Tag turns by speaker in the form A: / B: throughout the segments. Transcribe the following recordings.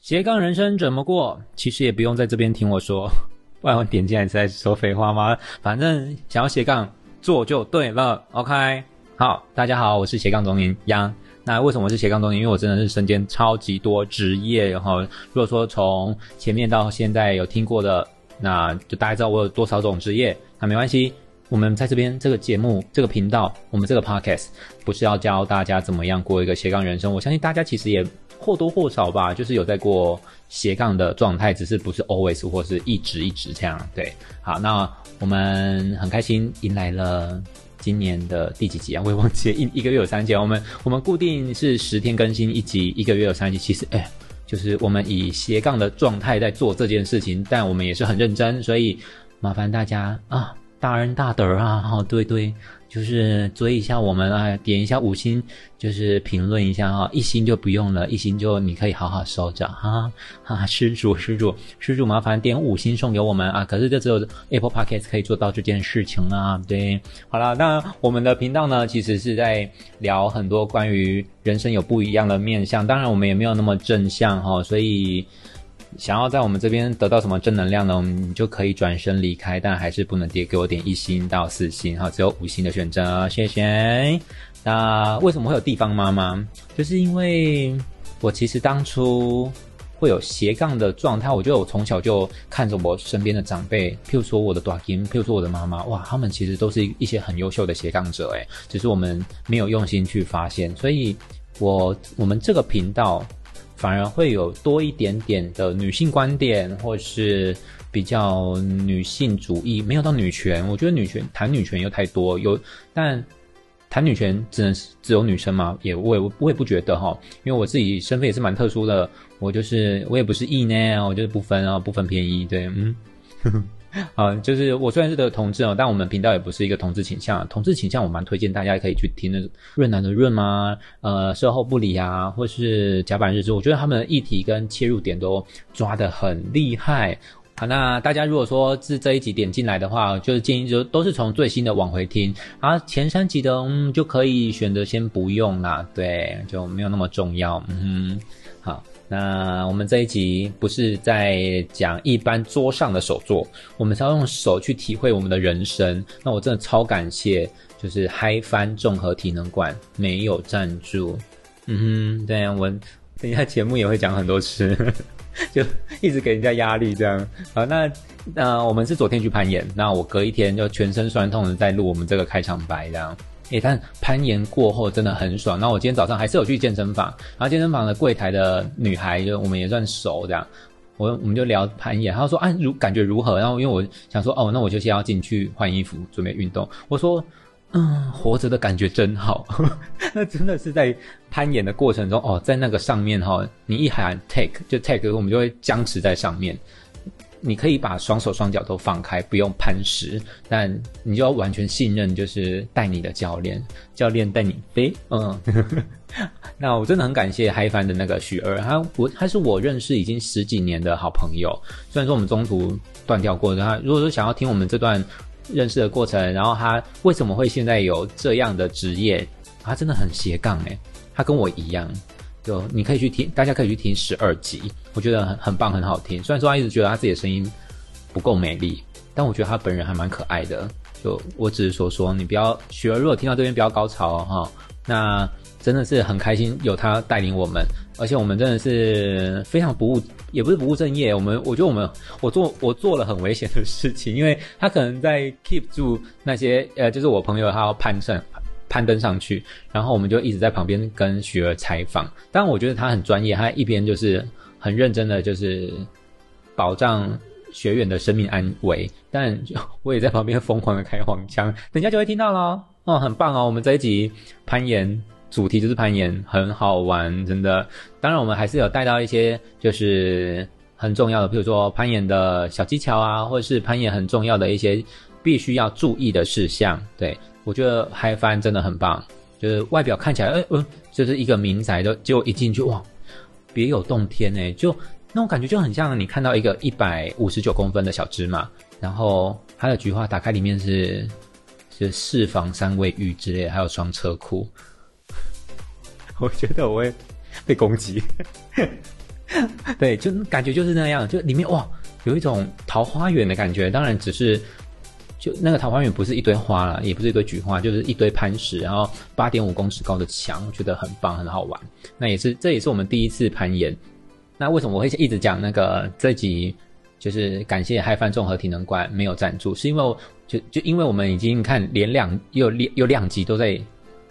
A: 斜杠人生怎么过？其实也不用在这边听我说， 不然我点进来在说废话吗？反正想要斜杠做就对了。OK，好，大家好，我是斜杠总营央。那为什么我是斜杠中年？因为我真的是身兼超级多职业，然后如果说从前面到现在有听过的，那就大概知道我有多少种职业。那没关系，我们在这边这个节目、这个频道、我们这个 podcast 不是要教大家怎么样过一个斜杠人生。我相信大家其实也或多或少吧，就是有在过斜杠的状态，只是不是 always 或是一直一直这样。对，好，那我们很开心迎来了。今年的第几集啊？我也忘记了，一一个月有三集啊。我们我们固定是十天更新一集，一个月有三集。其实，哎、就是我们以斜杠的状态在做这件事情，但我们也是很认真，所以麻烦大家啊，大恩大德啊，哦，对对，就是追一下我们啊，点一下五星，就是评论一下啊，一星就不用了，一星就你可以好好收着哈 哈、施主施主施主，麻烦点五星送给我们啊，可是这只有 Apple Podcast 可以做到这件事情啊，对，好啦，那我们的频道呢，其实是在聊很多关于人生有不一样的面向，当然我们也没有那么正向哈、所以想要在我们这边得到什么正能量呢，我们就可以转身离开，但还是不能跌给我点一星到四星哈、只有五星的选择，谢谢。那为什么会有地方妈妈？就是因为我其实当初会有斜杠的状态，我觉得我从小就看着我身边的长辈，譬如说我的短音，譬如说我的妈妈，哇，他们其实都是一些很优秀的斜杠者，诶，只是我们没有用心去发现，所以我我们这个频道反而会有多一点点的女性观点，或是比较女性主义，没有到女权，我觉得女权谈女权又太多，有但。谈女权只能是只有女生吗？也我也我也不觉得哈，因为我自己身份也是蛮特殊的，我就是我也不是异呢，我就是不分啊，不分偏一，对，嗯，啊，就是我虽然是的同志哦，但我们频道也不是一个同志倾向，同志倾向我蛮推荐大家可以去听那种润南的润啊，呃，售后不理啊，或是甲板日志，我觉得他们的议题跟切入点都抓得很厉害。好，那大家如果说是这一集点进来的话，就是建议就都是从最新的往回听，然后前三集的嗯就可以选择先不用啦，对，就没有那么重要。嗯哼，好，那我们这一集不是在讲一般桌上的手作，我们是要用手去体会我们的人生。那我真的超感谢，就是嗨翻综合体能馆没有赞助。嗯哼，对我等一下节目也会讲很多次。 就一直给人家压力这样。好，那那我们是昨天去攀岩，那我隔一天就全身酸痛的在录我们这个开场白这样。诶、但攀岩过后真的很爽。那我今天早上还是有去健身房，然后健身房的柜台的女孩就我们也算熟这样。我我们就聊攀岩，她说啊如感觉如何？然后因为我想说哦，那我就先要进去换衣服准备运动。我说嗯，活着的感觉真好。 那真的是在攀岩的过程中哦，在那个上面哈、你一喊 take 就 take，我们就会僵持在上面。你可以把双手双脚都放开，不用攀石，但你就要完全信任，就是带你的教练，教练带你飞。嗯，那我真的很感谢嗨翻的那个许儿，他我他是我认识已经十几年的好朋友，虽然说我们中途断掉过，他如果说想要听我们这段认识的过程，然后他为什么会现在有这样的职业，他真的很斜杠诶、他跟我一样，就你可以去听，大家可以去听十二集，我觉得很很棒，很好听。虽然说他一直觉得他自己的声音不够美丽，但我觉得他本人还蛮可爱的。就我只是说说，你不要雪儿，如果听到这边不要高潮哦哈、那真的是很开心有他带领我们，而且我们真的是非常不务，也不是不务正业。我们我觉得我们我做我做了很危险的事情，因为他可能在 keep 住那些呃，就是我朋友他要攀升。攀登上去，然后我们就一直在旁边跟雪儿采访。当然，我觉得他很专业，他一边就是很认真的，就是保障学员的生命安危，但就我也在旁边疯狂的开黄腔，等一下就会听到咯。哦，很棒哦！我们这一集攀岩主题就是攀岩，很好玩，真的。当然，我们还是有带到一些就是很重要的，比如说攀岩的小技巧啊，或者是攀岩很重要的一些必须要注意的事项。对我觉得嗨翻真的很棒，就是外表看起来，哎、嗯，就是一个民宅的，结果一进去，哇，别有洞天呢、就那种感觉就很像你看到一个一百五十九公分的小芝麻，然后它的菊花打开里面是是四房三卫浴之类的，还有双车 库。我觉得我会被攻击。 对，就感觉就是那样，就里面哇有一种桃花源的感觉。当然，只是就那个桃花源不是一堆花啦，也不是一堆菊花，就是一堆磐石，然后八点五公尺高的墙，我觉得很棒，很好玩。那也是这也是我们第一次攀岩。那为什么我会一直讲那个这集？就是感谢嗨翻综合体能馆没有赞助，是因为我就就因为我们已经看连两又两又两集都在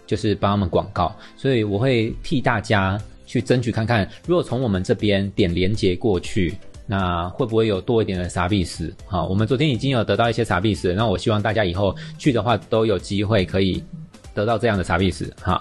A: 就是帮他们广告，所以我会替大家去争取看看，如果从我们这边点连接过去，那会不会有多一点的傻币死？好，我们昨天已经有得到一些傻币死，那我希望大家以后去的话都有机会可以得到这样的傻币死哈，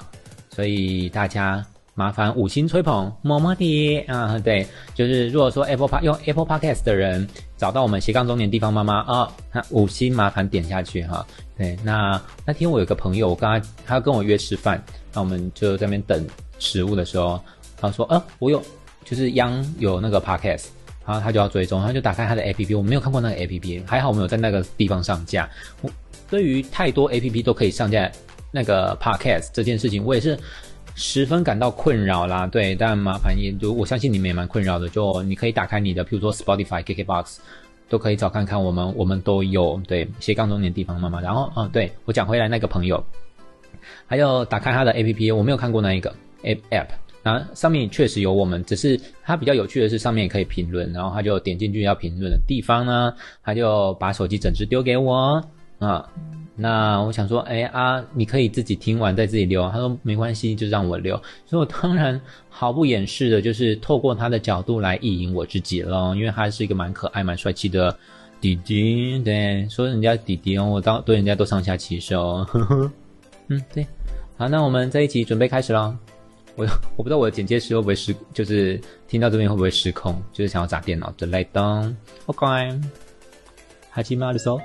A: 所以大家。麻烦五星吹捧，么么哒啊！对，就是如果说 Apple Pod 用 Apple Podcast 的人找到我们斜杠中年地方妈妈啊，那、五星麻烦点下去哈、对，那那天我有个朋友，我跟他他跟我约吃饭，那我们就在那边等食物的时候，他说啊，我有就是央有那个 Podcast。然后他就要追踪，他就打开他的 APP，我没有看过那个 APP，还好我们有在那个地方上架。我对于太多 APP 都可以上架那个 Podcast 这件事情，我也是十分感到困扰啦。对，但麻烦也，就我相信你们也蛮困扰的。就你可以打开你的，譬如说 Spotify、KKBox，都可以找看看我们，我们都有对斜杠中年地方妈妈。然后，哦，对我讲回来那个朋友，还有打开它的 APP，我没有看过那一个 A- app，然后上面确实有我们，只是它比较有趣的是上面也可以评论，然后他就点进去要评论的地方呢，他就把手机整只丢给我啊。那我想说，哎、啊，你可以自己听完再自己留啊。他说没关系，就让我留。所以我当然毫不掩饰的，就是透过他的角度来意淫我自己咯，因为他是一个蛮可爱、蛮帅气的弟弟。对，说人家弟弟哦，我当对人家都上下其手。 呵呵嗯，对。好，那我们这一集准备开始喽。我我不知道我的剪接师会不会失，就是听到这边会不会失控，就是想要砸电脑之类的。OK，哈基马的时候。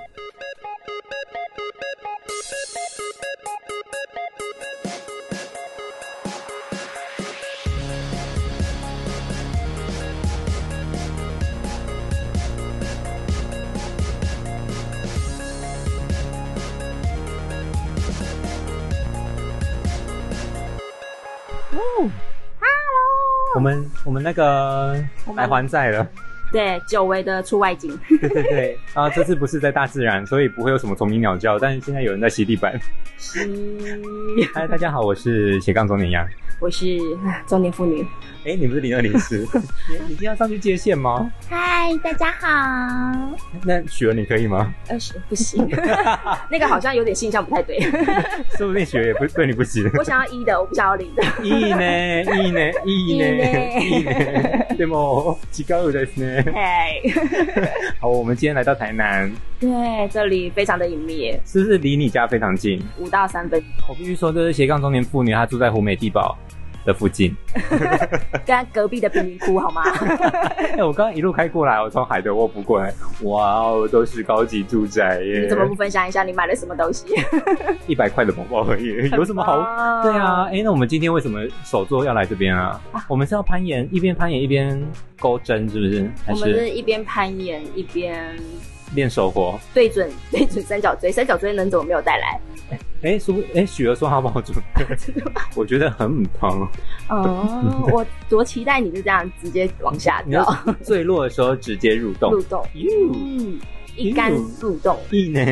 A: 我们我们那个
B: 我们
A: 来还债 了，
B: 对，久违的出外景，
A: 对对对，啊，这次不是在大自然，所以不会有什么虫鸣鸟叫，但是现在有人在吸地板。
B: 是，
A: 嗨，大家好，我是斜杠中年羊。
B: 我是啊中年妇女。
A: 哎、你不是零二零 四？你一定要上去接线吗？
B: 嗨，大家好。
A: 那雪儿你可以吗？
B: 二十不行， 那个好像有点性向不太 对。
A: 说不定雪儿也不对你不 行。
B: 我想要一的，我不想要零的。
A: いいね、いいね、いいね、いいね。でも違うですね。
B: 哎，
A: 好，我们今天来到台南，
B: 对，这里非常的隐秘耶，
A: 是不是离你家非常近？
B: 五到三分，
A: 我必须说，这是斜杠中年妇女，她住在湖美地堡的附近。
B: 跟隔壁的贫民窟好 吗？
A: 哎、我刚刚一路开过来，我从海德沃夫过来，哇哦，都是高级住宅
B: 你
A: 耶
B: 怎，么不分享一下你买了什么东西？
A: 一百块的包包而已，有什么好？
B: 棒
A: 对啊，，哎、那我们今天为什么手作要来这边啊？我们是要攀岩，一边攀岩一边钩针，是不是？还
B: 我们
A: 是
B: 是一边攀岩一边
A: 练手活？
B: 对准对准三角锥，三角锥能怎么没有带来？
A: 哎、欸，说，哎、许儿说她帮我准备， 我觉得很疼。
B: 哦，我多期待你就这样直接往下
A: 你要
B: 掉，
A: 坠落的时候直接入 洞
B: 入，洞，
A: 哟，
B: 嗯，一杆入洞。
A: 意 呢？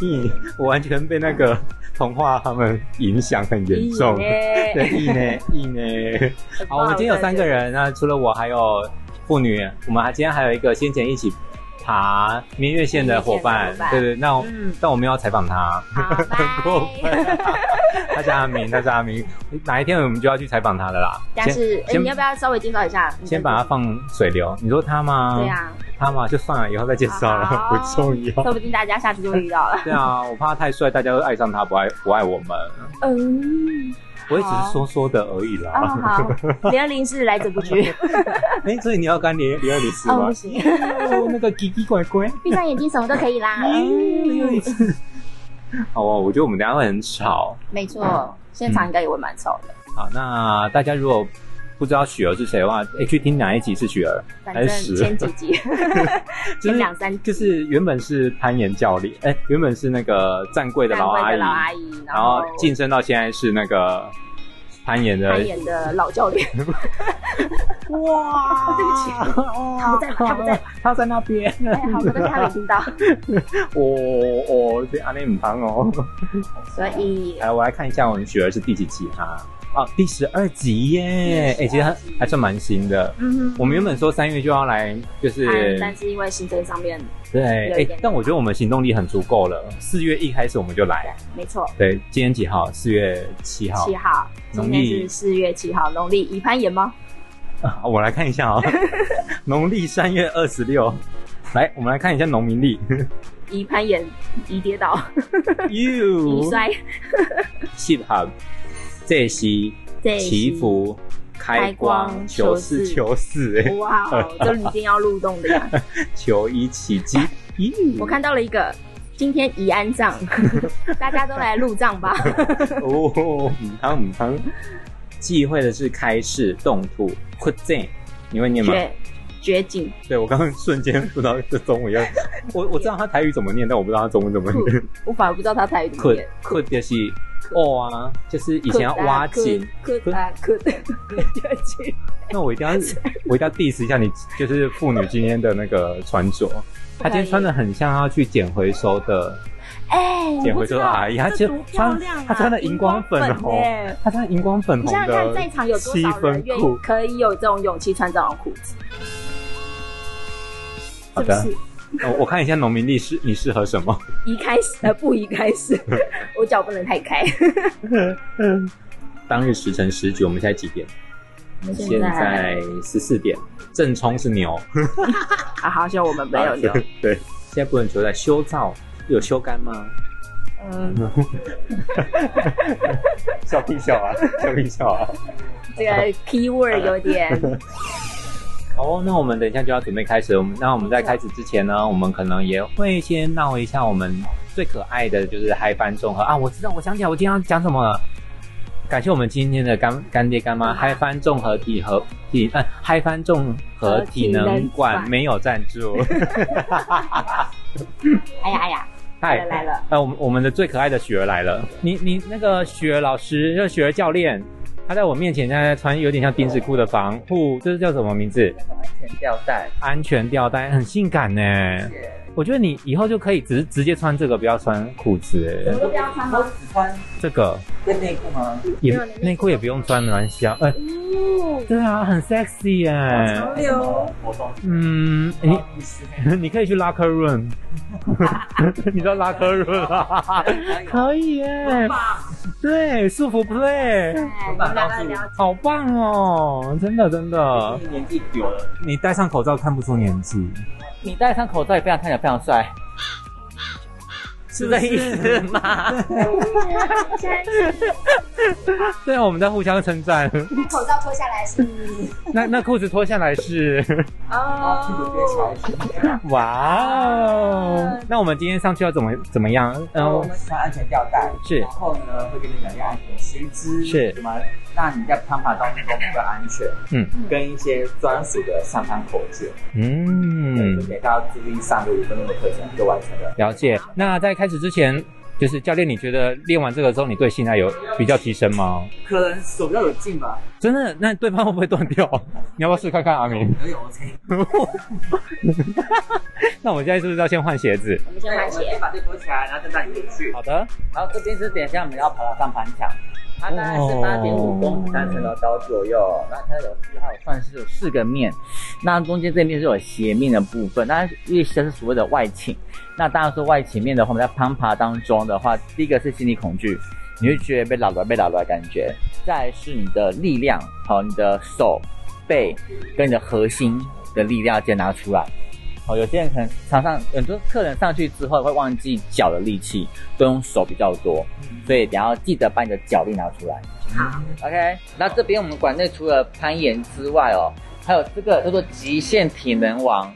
A: 意，我完全被那个童话他们影响很严重。
B: 耶
A: 对，意呢，意呢。
B: 很
A: 好，
B: 棒
A: 我们今天有三个人，那除了我还有妇女，我们还今天还有一个先前一起爬明月线的伙
B: 明月
A: 伴
B: 线的伙，伴
A: 对对，那我
B: 嗯，
A: 但我们要采访他，
B: 好，
A: 过
B: 拜。
A: 分，他是阿 明，他是阿明，哪一天我们就要去采访他的啦。
B: 但
A: 先
B: 是，哎，
A: 先
B: 你要不要稍微介绍一下？
A: 先把它
B: 它。
A: 放水流，你说他吗？
B: 对，啊，
A: 他吗？就算了，以后再介绍了，
B: 好
A: 不重 要。
B: 说不定大家下去就会遇到了。
A: 对啊，我怕他太帅，大家都爱上他，不爱不爱我们。
B: 嗯，
A: 我也只是说说的而已
B: 哦，
A: 啦。
B: 好，零二零四来者不拒。
A: 哎，所以你要干零零二零四
B: 哦，
A: 吗
B: 不？行，
A: 哦那个奇奇怪怪。
B: 闭上眼睛什么都可 以啦。嗯
A: 好啊，我觉得我们等一下会很吵。
B: 没错，现场应该也会蛮吵的。
A: 好，那大家如果不知道雪儿是谁的话，哎，去听哪一集是雪儿？
B: 反
A: 还
B: 正
A: 是
B: 前几 集，
A: 就是
B: 前两三集
A: 就是原本是攀岩教练，哎，原本是那个站柜的
B: 站
A: 老
B: 位
A: 阿
B: 的
A: 姨，
B: 老阿姨，
A: 然后晋升到现在是那个
C: 攀岩的，
B: 扮演的老教练，
C: 哇
B: 对不起
C: 他
B: 不
C: 哦
B: 在他不在，
C: 他在那边，
B: 哎，好， 但是他没听到，
C: 哦哦，这阿内姆汤哦。
B: 所以
C: 哎来，我来看一下我们雪儿是第几集哈、啊？哦，第十二集耶！哎、其实它还算蛮新的。
B: 嗯，
C: 我们原本说三月就要来，就是
B: 但但是因为行程上面，
C: 对，
B: 有
C: 哎、
B: 一点
C: 但我觉得我们行动力很足够了。四月一开始我们就来，
B: 没错，
C: 对，今天几号？四月七号。
B: 七号，今
C: 农
B: 天
C: 历
B: 是四月七号，农历已攀岩吗？
C: 啊我来看一 下啊、农历三月二十六。来，我们来看一下农民 历。
B: 已攀岩，已跌倒，已
C: You
B: 摔，
C: hip hop，这是
B: 对，
C: 祈福
B: 开
C: 开
B: 光
C: 光
B: 求
C: 求四
B: 四
C: 求四， 哎，
B: 哇哦，这一定要入洞的 呀！
C: 求以起机。
B: 我看到了一个，今天宜安 葬，大家都来入葬吧。
C: 哦，母汤母汤，忌讳的是开市动土扩建，你会念吗？
B: 绝绝景
C: 对，我刚刚瞬间不知道这中 文要，我我知道他台语怎么念，但我不知道他中文怎么
B: 库
C: 念。，
B: 我反而不知道他台语怎么
C: 扩
B: 念。
C: 扩就是哦啊，就是以前要挖井，
B: 库啊库， 绝景
C: 那我 一定要我一定要 diss 一下你，就是妇女今天的那个穿着。她今天穿的很像她去捡回收的，
B: 哎，你
C: 捡
B: 不
C: 回
B: 知
C: 收的
B: 道
C: 阿姨，她
B: 这
C: 就
B: 多漂
C: 穿
B: 亮啊！
C: 她穿的荧光粉
B: 荧
C: 红，
B: 耶
C: 她啊穿荧光粉
B: 你
C: 红
B: 想想看，
C: 的
B: 在场有多
C: 七
B: 少人
C: 分
B: 愿
C: 裤
B: 意，可以有这种勇气穿这种裤子？
C: 好
B: 是不
C: 的
B: 是？
C: 我我看一下农民历适你适合什么？
B: 宜开始呃不宜开 始，我脚不能太开。
C: 当日时辰十局，我们现在几点？我们 现在十四点。正冲是牛，
B: 啊，好像我们没有牛。。
C: 对，现在不能求在修造有修干吗？
B: 嗯，
C: 笑屁笑 啊，笑屁笑啊！
B: 这个 keyword 有点
C: 哦，那我们等一下就要准备开始。我们那我们在开始之前呢，我们可能也会先闹一下我们最可爱的就是嗨翻综合啊！我知道，我想起来我今天要讲什么了。感谢我们今天的干干爹干妈嗨翻综合体和体嗯嗨翻综合体能馆没有赞助。
B: 哎呀哎呀，
C: 嗨
B: 来了来了，
C: 哎、我们我们的最可爱的雪儿来了。你你那个雪儿老师，那雪儿教练，他在我面前现在穿有点像丁字裤的防护，这是叫什么名字？
D: 安全吊带，
C: 安全吊带，很性感呢。我觉得你以后就可以直直接穿这个，不要穿裤子
B: 我
C: 欸。
B: 们都不要穿
D: 我
B: 吗？
D: 只穿
C: 这个
D: 跟内裤吗？
C: 也
B: 没有内裤
C: 内裤也不用穿，没关系啊。呃，
B: 哦，
C: 对啊，很 sexy 耶、
D: 六，
C: 嗯，你
D: 你 是
C: 你可以去 locker room，你知道 locker room 啊？可以耶、啊对，束缚 play。
B: 哎，你们两个聊
C: 好棒哦！真的真的，
D: 年纪久了，
C: 你戴上口罩看不出年纪，
D: 你戴上口罩也非常看起来非常帅，
C: 是
D: 是这意思？ 吗？
B: 现在是
C: 对啊，我们在互相称赞。
B: 口罩脱下来是
C: 那那裤子脱下来 是，
B: 哦，
D: 啊
C: 哇哦！那我们今天上去要怎么怎么样？嗯、
D: 然后我们穿安全吊带，
C: 是
D: 然后呢会跟你讲一下安全须知，
C: 是
D: 什么？那你在攀爬当中都比较安全，
C: 嗯，
D: 跟一些专属的上山口诀，嗯，就
C: 嗯，
D: 给大家注意上个五分钟的课程就完成了。
C: 了解。那在开始之前，就是教练，你觉得练完这个之后，你对性爱有比较提升吗？
D: 可能手比较有劲吧，
C: 真的？那对方会不会断 掉？你要不要试看看阿 明？
D: 有有 OK。
C: 那我们现在是不是要先换鞋子？
B: 我们先
D: 对，
B: 换
D: 我们
B: 鞋
D: 先。把这躲起来，然后再带你回去。
C: 好的，
D: 然后这边是等一下我们要跑到上盘墙，它大概是八点五公里单程的高左右，那它有四号算是有四个面，那中间这面是有斜面的部分，那因为斜是所谓的外倾，那当然说外倾面的话，我们在攀爬当中的话，第一个是心理恐惧，你会觉得被扰乱、被扰乱的感觉，再来是你的力量，好，你的手、背跟你的核心的力量先拿出来。哦，有些人可能常常很多客人上去之后会忘记脚的力气，都用手比较多，
C: 嗯
D: 所以你要记得把你的脚力拿出来。
B: 好，
D: OK，那这边我们馆内除了攀岩之外哦，还有这个叫做极限体能王，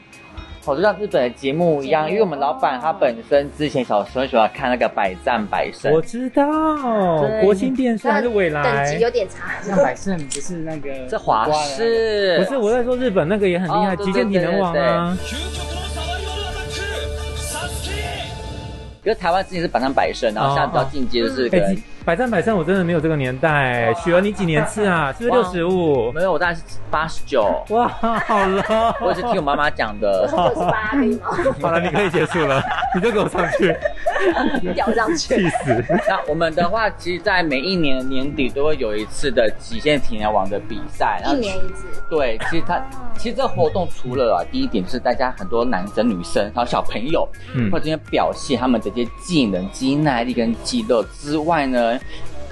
D: 哦，就像日本的节目一样，因为我们老板他本身之前小时候喜欢看那个百战百胜，
C: 我知道，
D: 对
C: 哦国新电视还是未
B: 等
C: 来
B: 级？有点差，
E: 像百胜不是那个
D: 这华氏
C: 不是，我在说日本那个也很厉害，
D: 哦对
C: 极限体能王啊。
F: 究極のサバイバルアタックサスケ
D: 可是台湾之前是百战百胜，然后现在比较进阶就是可
C: 哎，
D: 能
C: 极
A: 百战百胜我真的没有这个年代。雪儿，你几年次啊？是不是六十五？
D: 没有，我大概是八十 九，
A: 哇，好了，
D: 我也是听我妈妈讲 的。
B: 六十八可以吗？
A: 好了，你可以结束了，你就给我上去，
B: 吊上 去。
A: 气死！
D: 那我们的话，其实，在每一年年底都会有一次的极限体能网的比赛，然
B: 一
D: 后
B: 年一次，
D: 对，其实它其实这活动除了啊，第一点就是大家很多男生女生，还有小朋友，
A: 嗯
D: 或者表现他们的一些技能、肌耐力跟肌肉之外呢，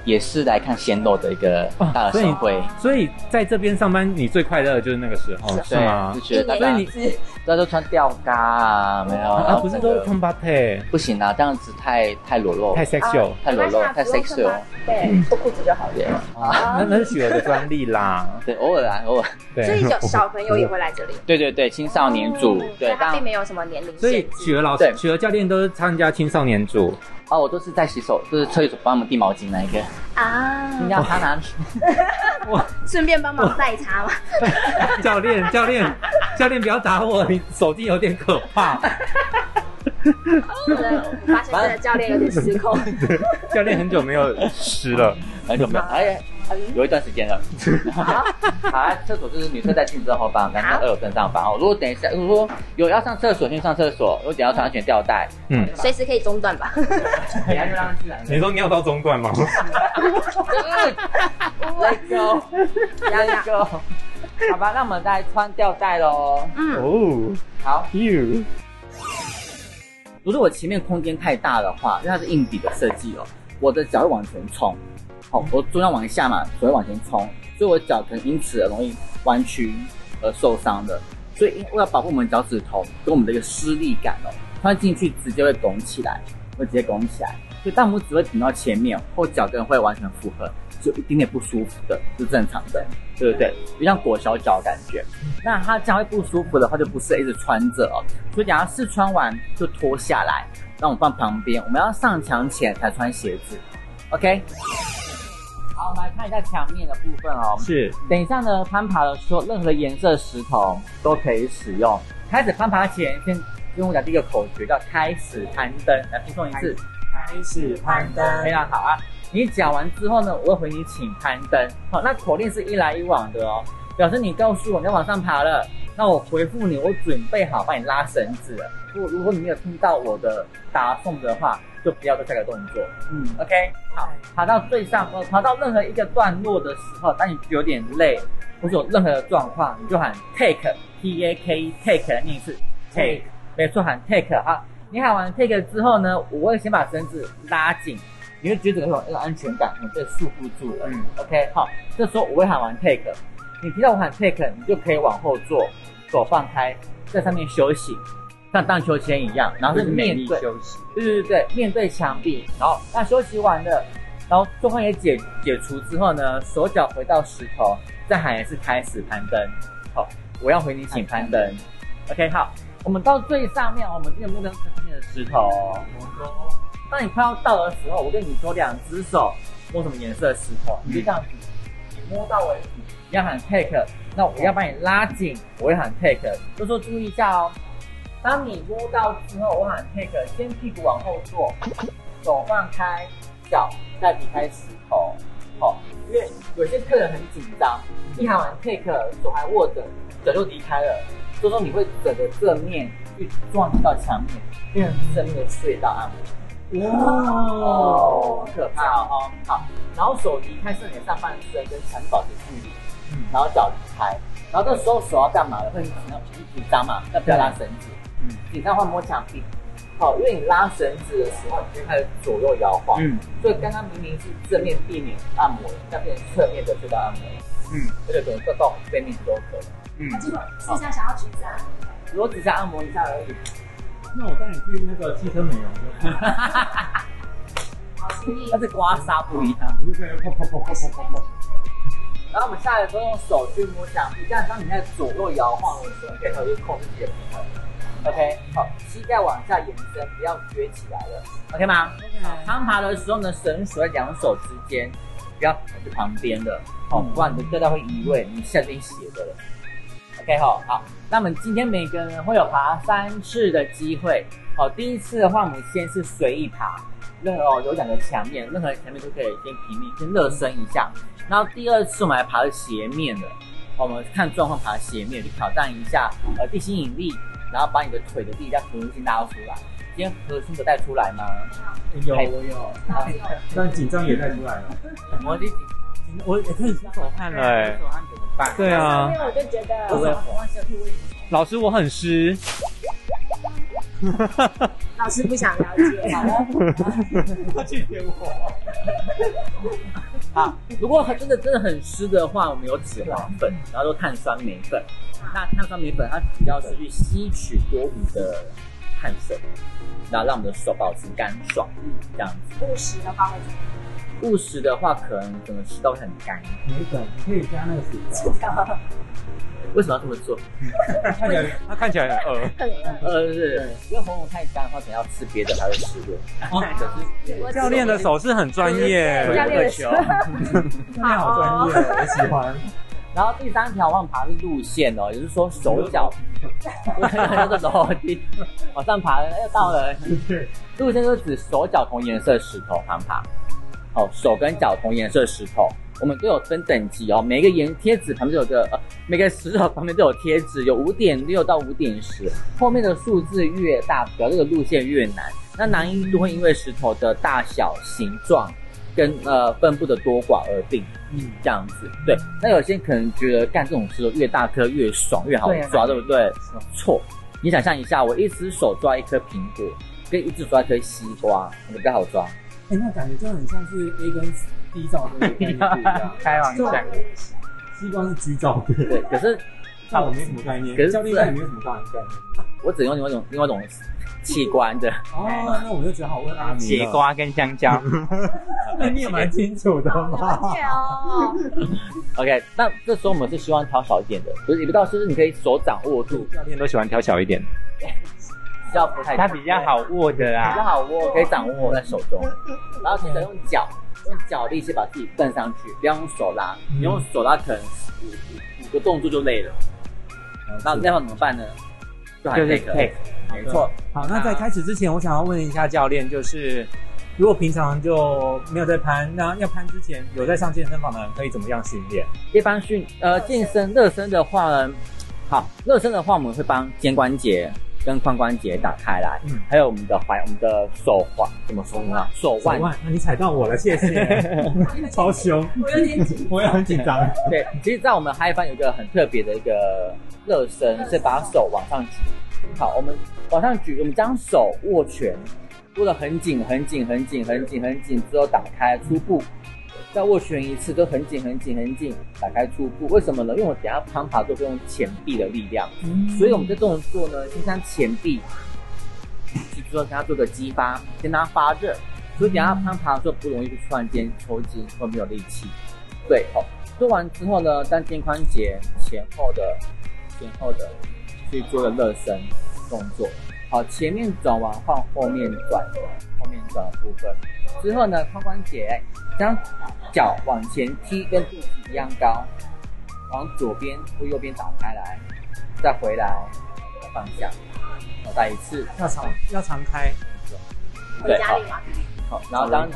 D: 也是来看鲜肉的一个
A: 啊
D: 大的盛会。
A: 所以在这边上班，你最快乐的就是那个时候，是
D: 对
A: 吗，
D: 就？觉
B: 一
D: 得大家
B: 年一次，
D: 大家都穿吊嘎啊，没有，然
A: 啊，
D: 后
A: 不是
D: 整
A: 都
D: 个
A: 是 c o m b a t
D: 不行啊，这样子太太裸露，
A: 太 sexual，
D: 太裸露，太
B: 啊不用
D: sexual
B: 穿。八对，脱裤子就好了。嗯
D: 对
B: 啊
A: 那那是雪儿的专利啦。
D: 对，偶尔啊，偶尔。
A: 对，
B: 所以小小朋友也会来这里。
D: 对对对，青少年组，
B: 嗯所
D: 对
B: 以，他
D: 当
B: 并没有什么年龄
A: 所以
B: 限制。
A: 雪儿老师
D: 对、
A: 雪儿教练都是参加青少年组，
D: 哦，我都是在洗手，就是厕所帮他们递毛巾那 一个，
B: 啊
A: 嗯
D: 你让他拿去。
B: 顺便帮忙代查 嘛。
A: 教练教练教练不要打我，你手机有点可怕。
B: 我的我发现这个教练有点失控。
A: 教练很久没有吃了，
D: 很久没有，哎，有一段时间了。 好啊，厕所就是女生在进正后方，男生二有正上哦方。如果等一下，如果有要上厕所，先上厕所；如果等一下要穿安全吊 带，
A: 嗯，
B: 随时可以中断吧。
D: 等一下就让他 进来。
A: 你说尿到中 段吗？
D: Let go，
B: 要这样
D: Let go。好吧，那我们再穿吊带喽。
B: 嗯，
A: 哦
D: 好，
A: ，you，
D: 如果我前面空间太大的话，因为它是硬底的设计哦，我的脚会往前冲，好、我重量往下嘛，手会往前冲，所以我脚可能因此而容易弯曲而受伤的。所以因为了保护我们脚趾头跟我们的一个施力感哦，穿进去直接会拱起来，会直接拱起来，所以大拇指会顶到前面，后脚跟会完全复合，就一点点不舒服的，是正常的，对不对？就像裹小脚的感觉。那它这样会不舒服的话，就不适合一直穿着哦。所以等下试穿完就脱下来，让我放旁边。我们要上墙前才穿鞋子，OK？好，我们来看一下墙面的部分哦。
A: 是
D: 等一下呢，攀爬的时候，任何颜色石头都可以使用。开始攀爬前，先跟我讲第一个口诀，叫开始攀登，来拼诵一次。
G: 开始攀登
D: 非常好啊！你讲完之后呢，我会回你请攀登。好，那口令是一来一往的哦，表示你告诉我你要往上爬了，那我回复你，我准备好帮你拉绳子了。如果如果你没有听到我的答送的话，就不要做下个动作。
G: 嗯，
D: OK，好，爬到最上方，爬到任何一个段落的时候，当你有点累或者有任何的状况，你就喊 take t a k e take 来念一次 take，没错，喊 take 好。你喊完 take 之后呢，我会先把绳子拉紧，你会觉得整个有一种安全感，你被束缚住了。
A: 嗯
D: OK，好，这时候我会喊完 take，你听到我喊 take，你就可以往后坐，手放开，在上面休息，像荡秋千一样，然后是面对。
G: 休息。
D: 对对对，面对墙壁，然后那休息完了，然后状况也解解除之后呢，手脚回到石头，再喊一次开始攀登。好，我要回你请攀登。OK，好，我们到最上面，我们这个目标是上面的石头。当你快要到的时候，我跟你说，两只手摸什么颜色的石头，你就这样子，你摸到为止。你要喊 take，那我要把你拉紧，我会喊 take，就说注意一下哦。当你摸到之后，我喊 take，先屁股往后坐，手放开，脚再离开石头。好、因为有些客人很紧张，一喊完 take，手还握着，脚就离开了，所以说你会整个正面去撞击到墙面，变成
A: 嗯
D: 正面的隧道按摩。哦，好可怕哦！好，然后手离开是你的上半身跟墙保持距离，
A: 嗯
D: 然后脚离开，然后这时候手要干嘛呢？会紧张，紧张嘛，要不要拉绳子？
A: 嗯
D: 嗯，紧张会摸墙壁。好，因为你拉绳子的时候，你就开始左右摇晃，
A: 嗯
D: 所以刚刚明明是正面避免按摩，但变成侧面的这个按摩，
A: 嗯
D: 这个整个到背面都可以。
A: 嗯。
B: 私下想要举赞，
D: 如果只是按摩一下而已，
A: 那我带你去那个汽车美容，
B: 好心意
D: 那是刮痧不一样。
A: 你就在那啪啪啪啪啪啪啪。
D: 然后我们下来的时候用手去摸墙壁，这样当你在左右摇晃的时候，你可以稍微控制自己的平衡。OK，好，膝盖往下延伸，不要撅起来了，OK 吗？攀爬的时候呢，绳索在两手之间，不要是旁边的，哦，不然你的吊带会移位，你下边斜的了。OK，好，好，那我们今天每个人会有爬三次的机会。好，第一次的话，我们先是随意爬，任何哦有两个墙面，任何墙面都可以先平面先热身一下。然后第二次我们来爬斜面的，我们看状况爬斜面去挑战一下呃地心引力，然后把你的腿的力量核心拉出来。今天核心有带出来吗？哎
C: 有我有，但紧张也带出来了。
D: 我已经
C: 我也可以出手汗
D: 看
C: 了哎。
D: 手汗怎么办？
C: 对啊，
B: 我就觉得
D: 不会火。
C: 老师我很湿。
B: 老师不想了解，
C: 他拒绝我。
D: 啊，如果真的真的很湿的话，我们有脂肪粉，然后就碳酸镁粉。那碳酸镁粉它主要是去吸取多余的汗水，然后让我们的手保持干爽，这样子。
B: 务实的话会怎
D: 务实的话，可能整个吃到会很干。
C: 没粉，你可以加那个薯条。
B: 么样？
D: 为什么要这么做？
C: 他看起来他看起来很饿。
B: 很饿
D: 呃，是因为喉咙太干的话，可能要吃别的才会失落。
B: 我
C: 教练的手势很专业，
B: 教练的手
C: 教练好专业，我喜欢。
D: 然后第三条忘爬是路线哦，也就是说手脚， 就是楼梯往上爬，要到了。哎路线就是指手脚同颜色石头旁爬，哦，手跟脚同颜色石头，我们都有分等级哦。每个颜贴纸旁边都有个，呃，每个石头旁边都有贴纸，有五点六到五点十，后面的数字越大，表示这个路线越难。那难易度会因为石头的大小、形状跟呃分布的多寡而定。嗯，这样子，对。那有些人可能觉得干这种石头越大颗越爽，越好抓，对啊不对？错，你想象一下，我一只手抓一颗苹果，跟一只手抓一颗西瓜，哪个比较好抓？
H: 哎、那感觉就很像是 A 跟 B 照的概 念不一样。
B: 啊
C: 开玩笑，
H: 西瓜是 G 照的，
D: 对，可是
C: 那我没什么概念
D: 可是，
H: 教练应该也没有什么大概念。
D: 我只用另外一种另外一种器官的，
H: 哦，那我就只好问阿明
C: 节
H: 了。
C: 瓜跟香蕉。
H: 那你也蛮清楚的嘛。
B: 哦，
D: OK，那这时候我们是希望挑小一点的，不是也不到，就是你可以手掌握住，
C: 教练都喜欢挑小一点，
D: 比较不太，
I: 它比较好握的
D: 比
C: 啊
D: 较
I: 啦。
D: 好握，可以掌握在手中。然后接着用脚，用脚力先把自己蹬上去，不要用手拉，
I: 嗯
D: 你用手拉可能五五五个动作就累了。那那要怎么办呢？就喊
I: 就是
D: take，
I: take
D: 没错，
H: 好，那在开始之前，我想要问一下教练，就是如果平常就没有在攀，那要攀之前有在上健身房的人可以怎么样训练？
D: 一般训呃健身热身的话呢，好，热身的话我们会帮肩关节跟髋关节打开来，
H: 嗯
D: 还有我们的踝、我们的手环怎么说呢？手腕
H: 手。腕，那你踩到我了，谢 谢，超凶，
B: 我有点紧。
H: 我也很紧张。
D: 对，其实，在我们嗨翻有一个很特别的一个热身，是把手往上举。好，我们往上举，我们将手握拳，握得很紧、很紧、很紧、很紧、很紧，之后打开初步，再握拳一次，都很紧、很紧、很紧，打开初步。为什么呢？因为我等一下攀爬都是用前臂的力量，所以我们这动作呢，先将前臂，去做给它做个激发，先让它发热，所以等一下攀爬的时候不容易突然间抽筋或没有力气。对，好、做完之后呢，当肩关节前后的、前后的去做个热身动作。好，前面转完换后面转，后面转的部分。之后呢，髋关节将脚往前踢，跟肚子一样高，往左边或右边打开来，再回来，再放下，好，再一次，
H: 要常要常开，
B: 回家里嘛，
D: 好，然后当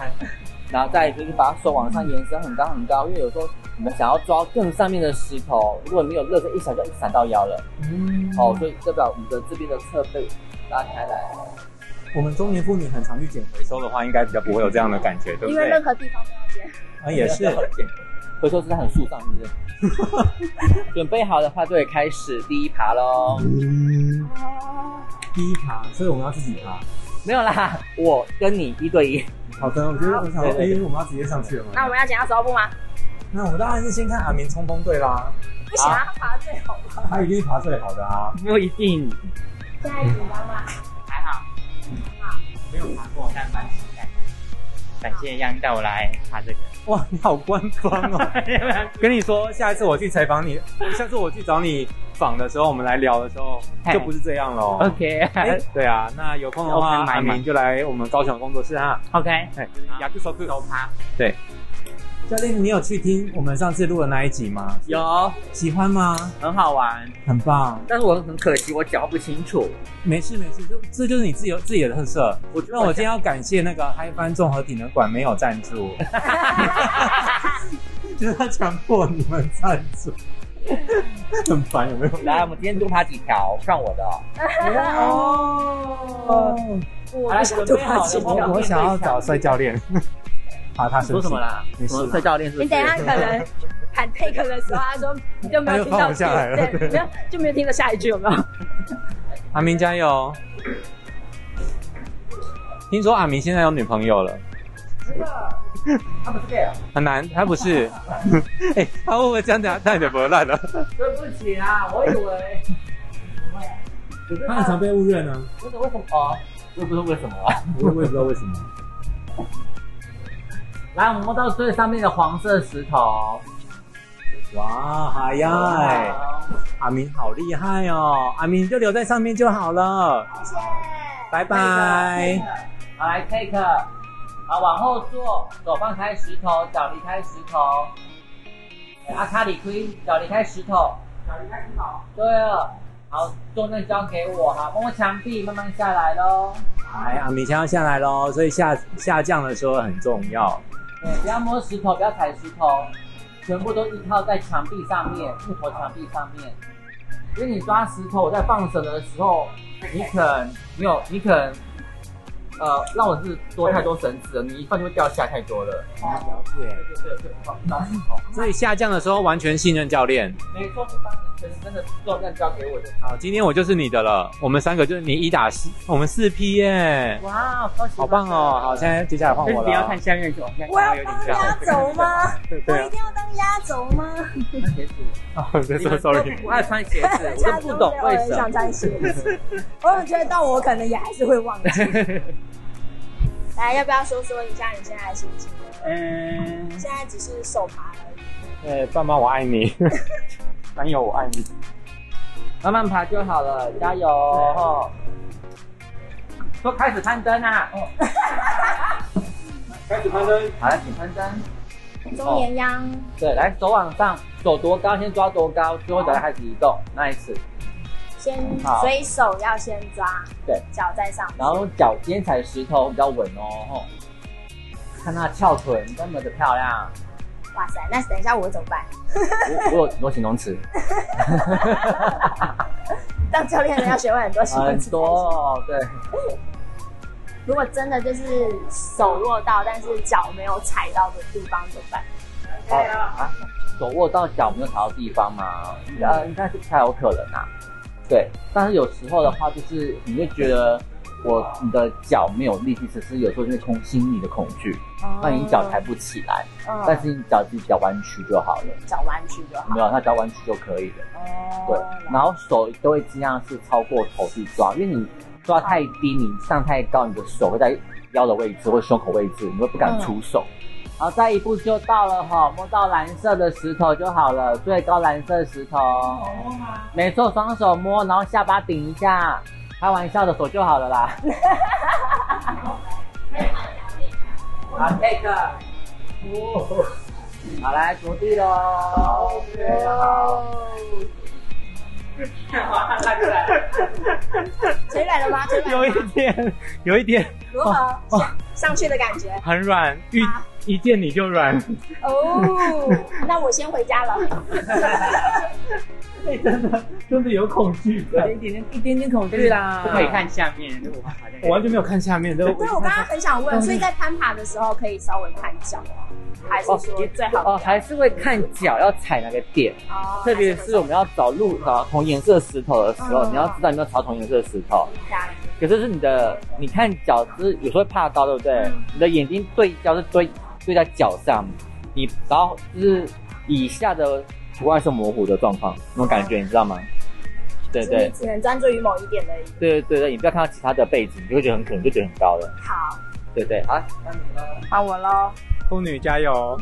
D: 然后再就是把手往上延伸很高很高，因为有时候我们想要抓更上面的石头，如果没有热身，一闪就一闪到腰了。嗯，哦，所以代表我们的这边的侧背拉开来，
H: 我们中年妇女很常去减肥，
C: 收的话应该比较不会有这样的感觉，对不
B: 因为
C: 对
B: 任？何地方都要这样。
H: 啊也是。
D: 回头是在很树上，是不是？ 准备好的话，就可以开始第一爬喽。
H: 嗯第一爬，所以我们要自己爬。
D: 没有啦，我跟你一对一。
H: 好的，我觉得我想说，哎
D: 对对，
H: 我们要直接上去了吗？
B: 那我们要剪到手部吗？
H: 那我们当然是先看阿明冲锋队啦，
B: 不行啊，爬最好。
H: 他一定是爬最好的啊。
I: 没有一定，
B: 现在紧张吗？
I: 还好，
D: 没有爬过，但蛮期待。
I: 感谢央带我来爬这个。
H: 哇，你好官方 哦！跟你说，下一次我去采访你，下次我去找你访的时候，我们来聊的时候就不是这样喽。
C: 哦
I: OK
H: 哎对啊，那有空的话，
I: Open mind
H: 阿明就来我们高雄工作室啊。
I: OK，
H: 哎，雅克手手
I: 爬
H: 对，
C: 教练，你有去听我们上次录的那一集吗？
D: 有，
C: 喜欢吗？
D: 很好玩，
C: 很棒，
D: 但是我很可惜，我讲话不清楚。
C: 没事没事，就这就是你自己有自己的特色。
D: 我觉
C: 那我今天要感谢那个嗨翻综合体能馆没有赞助，就是他强迫你们赞助，很烦有没有？
D: 来，我们今天多爬几条，看我的哦。
C: 哦，
D: 好来，准备好了
C: 我我想要找帅教练，怕啊他生气。
D: 说什么？啦？
C: 没事
D: 什
C: 啦
D: 么睡教练是不
B: 你
D: 是？
B: 等一下可能喊 take 的时候，他说你就没有听
C: 他就放
B: 到
C: 不下来了
B: 对，没有就没有听到下一句有没有？
C: 阿明加油！听说阿明现在有女朋友了，
D: 他不是 gay 啊？
C: 很难，他不是？哎、他会不会这样讲？那你的不烂了？
D: 对不起啊，我以为。不会啊。
C: 他很常被误认啊，
D: 为什么？为什么？哦，我也不知道为什么啊。
C: 我我也不知道为什么。
D: 来，我们摸到最上面的黄色石头。
C: 哇，好呀！
D: 好
C: 阿明好厉害哦，阿明就留在上面就好了。谢谢，拜拜。
D: 好，来 take，好，往后坐，手放开石头，脚离开石头。哎阿卡里龟，脚离开石头。脚离开石头。对了，好，重任交给我哈，摸摸墙壁，慢慢下来喽。
C: 哎，阿明先要下来喽，所以下下降的时候很重要。
D: 对，不要摸石头，不要踩石头，全部都依靠在墙壁上面，木头墙壁上面。因为你抓石头，我在放绳的时候，你可能没有，你可能呃，让我是多太多绳子了，你一放就会掉下太多了。
C: 了解。
D: 对对对，放不到石头。
C: 所以下降的时候完全信任教练。
D: 没错，你把你全身的重量交给我就好。
C: 好，今天我就是你的了。我们三个就是你一打四，我们四 P 耶，
D: 哇，超喜欢
C: 好棒哦！好，现在接下来换
E: 就是
C: 我
E: 不哎要看
C: 了。
E: 下面就，
J: 我要
E: 有点
J: 当压轴吗？我
C: 对
J: 一
C: 啊
J: 定要当压轴吗？
D: 穿鞋子，
C: 啊，我在
D: 你
C: 说
D: 们 都
C: sorry。
D: 不爱穿鞋子，我都不懂为
J: 人
D: 什
J: 想
D: 么。
J: 穿鞋子，我觉得到我可能也还是会忘记。
B: 来，要不要说说一下你现在的心情？
E: 嗯，
B: 现在只是手爬而已，
C: 呃，爸妈我爱你，男友我爱你。
D: 慢慢爬就好了，加油！哦说开始攀登啊！哦，
C: 开始攀登。
D: 好了，请哦攀登。
B: 中年央
D: 对，来手往上，走多高先抓多高，最后脚开始移动，nice。
B: 先，
D: 好
B: 所以手要先抓，
D: 对，
B: 脚在上面。
D: 然后脚尖踩石头比较稳哦。哦看那翘臀多么的漂亮，
B: 哇塞，那等一下我会怎么办？
D: 我我有很多形容词，
B: 当教练的要学会很多形容
D: 很
B: 词。
D: 多哦对。
B: 如果真的就是手落到，但是脚没有踩到的地方怎么办？
D: 哦啊，手握到脚没有踩到地方吗？呃，应该是不太有可能啊。对，但是有时候的话，就是你会觉得我你的脚没有力气，只是有时候因为从心理的恐惧，那你脚抬不起来，
B: 哦嗯，
D: 但是你脚自己脚弯曲就好了，
B: 脚弯曲就
D: 有
B: 好。
D: 没有？那脚弯曲就可以了。
B: 哦
D: 对，然后手都会尽量是超过头去抓，因为你抓太低，你上太高，你的手会在腰的位置或胸口位置，你会不敢出手。好，再一步就到了哈，摸到蓝色的石头就好了，最高蓝色石头。没错，双手摸，然后下巴顶一下，开玩笑的手就好了 啦。好，take。好，哦来着地喽。好。
B: 哦腿软了吗？腿软
E: 有
B: 了
E: 一
B: 吗？
E: 点，有一点
B: 如
D: 哦
B: 何上上去的感觉？
E: 很软，遇
B: 啊
E: 一见你就软。
B: 哦， 那我先回家了。
C: 真的有恐惧
D: 有一点点一点点恐惧啦，
E: 不可以看下面，我好像
C: 我完全没有看下面，都
B: 对，我刚刚很想
D: 嗯
B: 问，所以在攀爬的时候可以稍微看脚吗？还是说最好
D: 哦，还是会看脚要踩哪个点，
B: 哦
D: 特别是我们要找路找同颜色石头的时候，
B: 嗯
D: 你要知道有没有朝同颜色石头。
B: 家里
D: 可是是你的，你看脚是有时候会怕高，对不对？
B: 嗯
D: 你的眼睛对焦是对对在脚上，你然后就是以下的图案是模糊的状况，那种感觉你知道吗？对
B: 就是
D: 对
B: 你只能专注于某一点而已。
D: 对对对，你不要看到其他的背景，你就会觉得很可能就觉得很高了，
B: 好，
D: 对对。好，
B: 换我喽。
C: 风女加 油！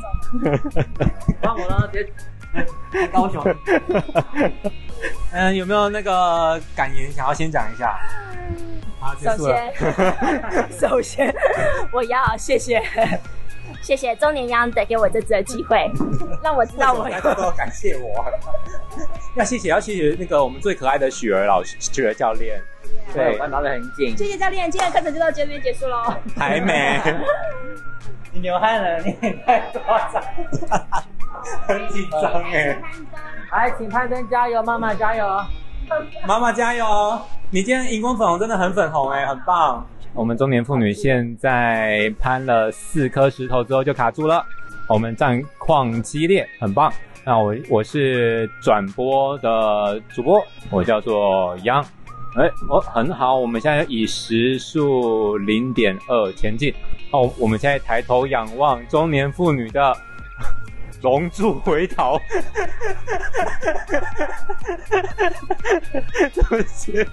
D: 换我 了，直接高雄。
C: 嗯，有没有那个感言想要先讲一下？
D: 嗯
C: 啊好，结
B: 首
C: 束了。
B: 先，首先，我要谢谢谢谢中年央得给我这次的 机会，让我知道我
C: 大家都要感谢我，要谢谢要谢谢那个我们最可爱的雪儿老师，雪儿教练，
D: 对，
C: 对
D: 我，们拿的很紧，
B: 谢谢教练，今天的课程就到这边结束 喽。
C: 还没，
E: 你流汗了，你也太夸张。
C: 很紧张哎，
D: 来，请攀登加油，妈妈加油。
C: 妈妈加油！你今天荧光粉红真的很粉红哎，很棒。我们中年妇女现在攀了四颗石头之后就卡住了，我们战况激烈，很棒。那我我是转播的主播，我叫做央。哎，哦，很好，我们现在以时速零点二前进。哦，我们现在抬头仰望中年妇女的 龙柱回头。 对不起， 对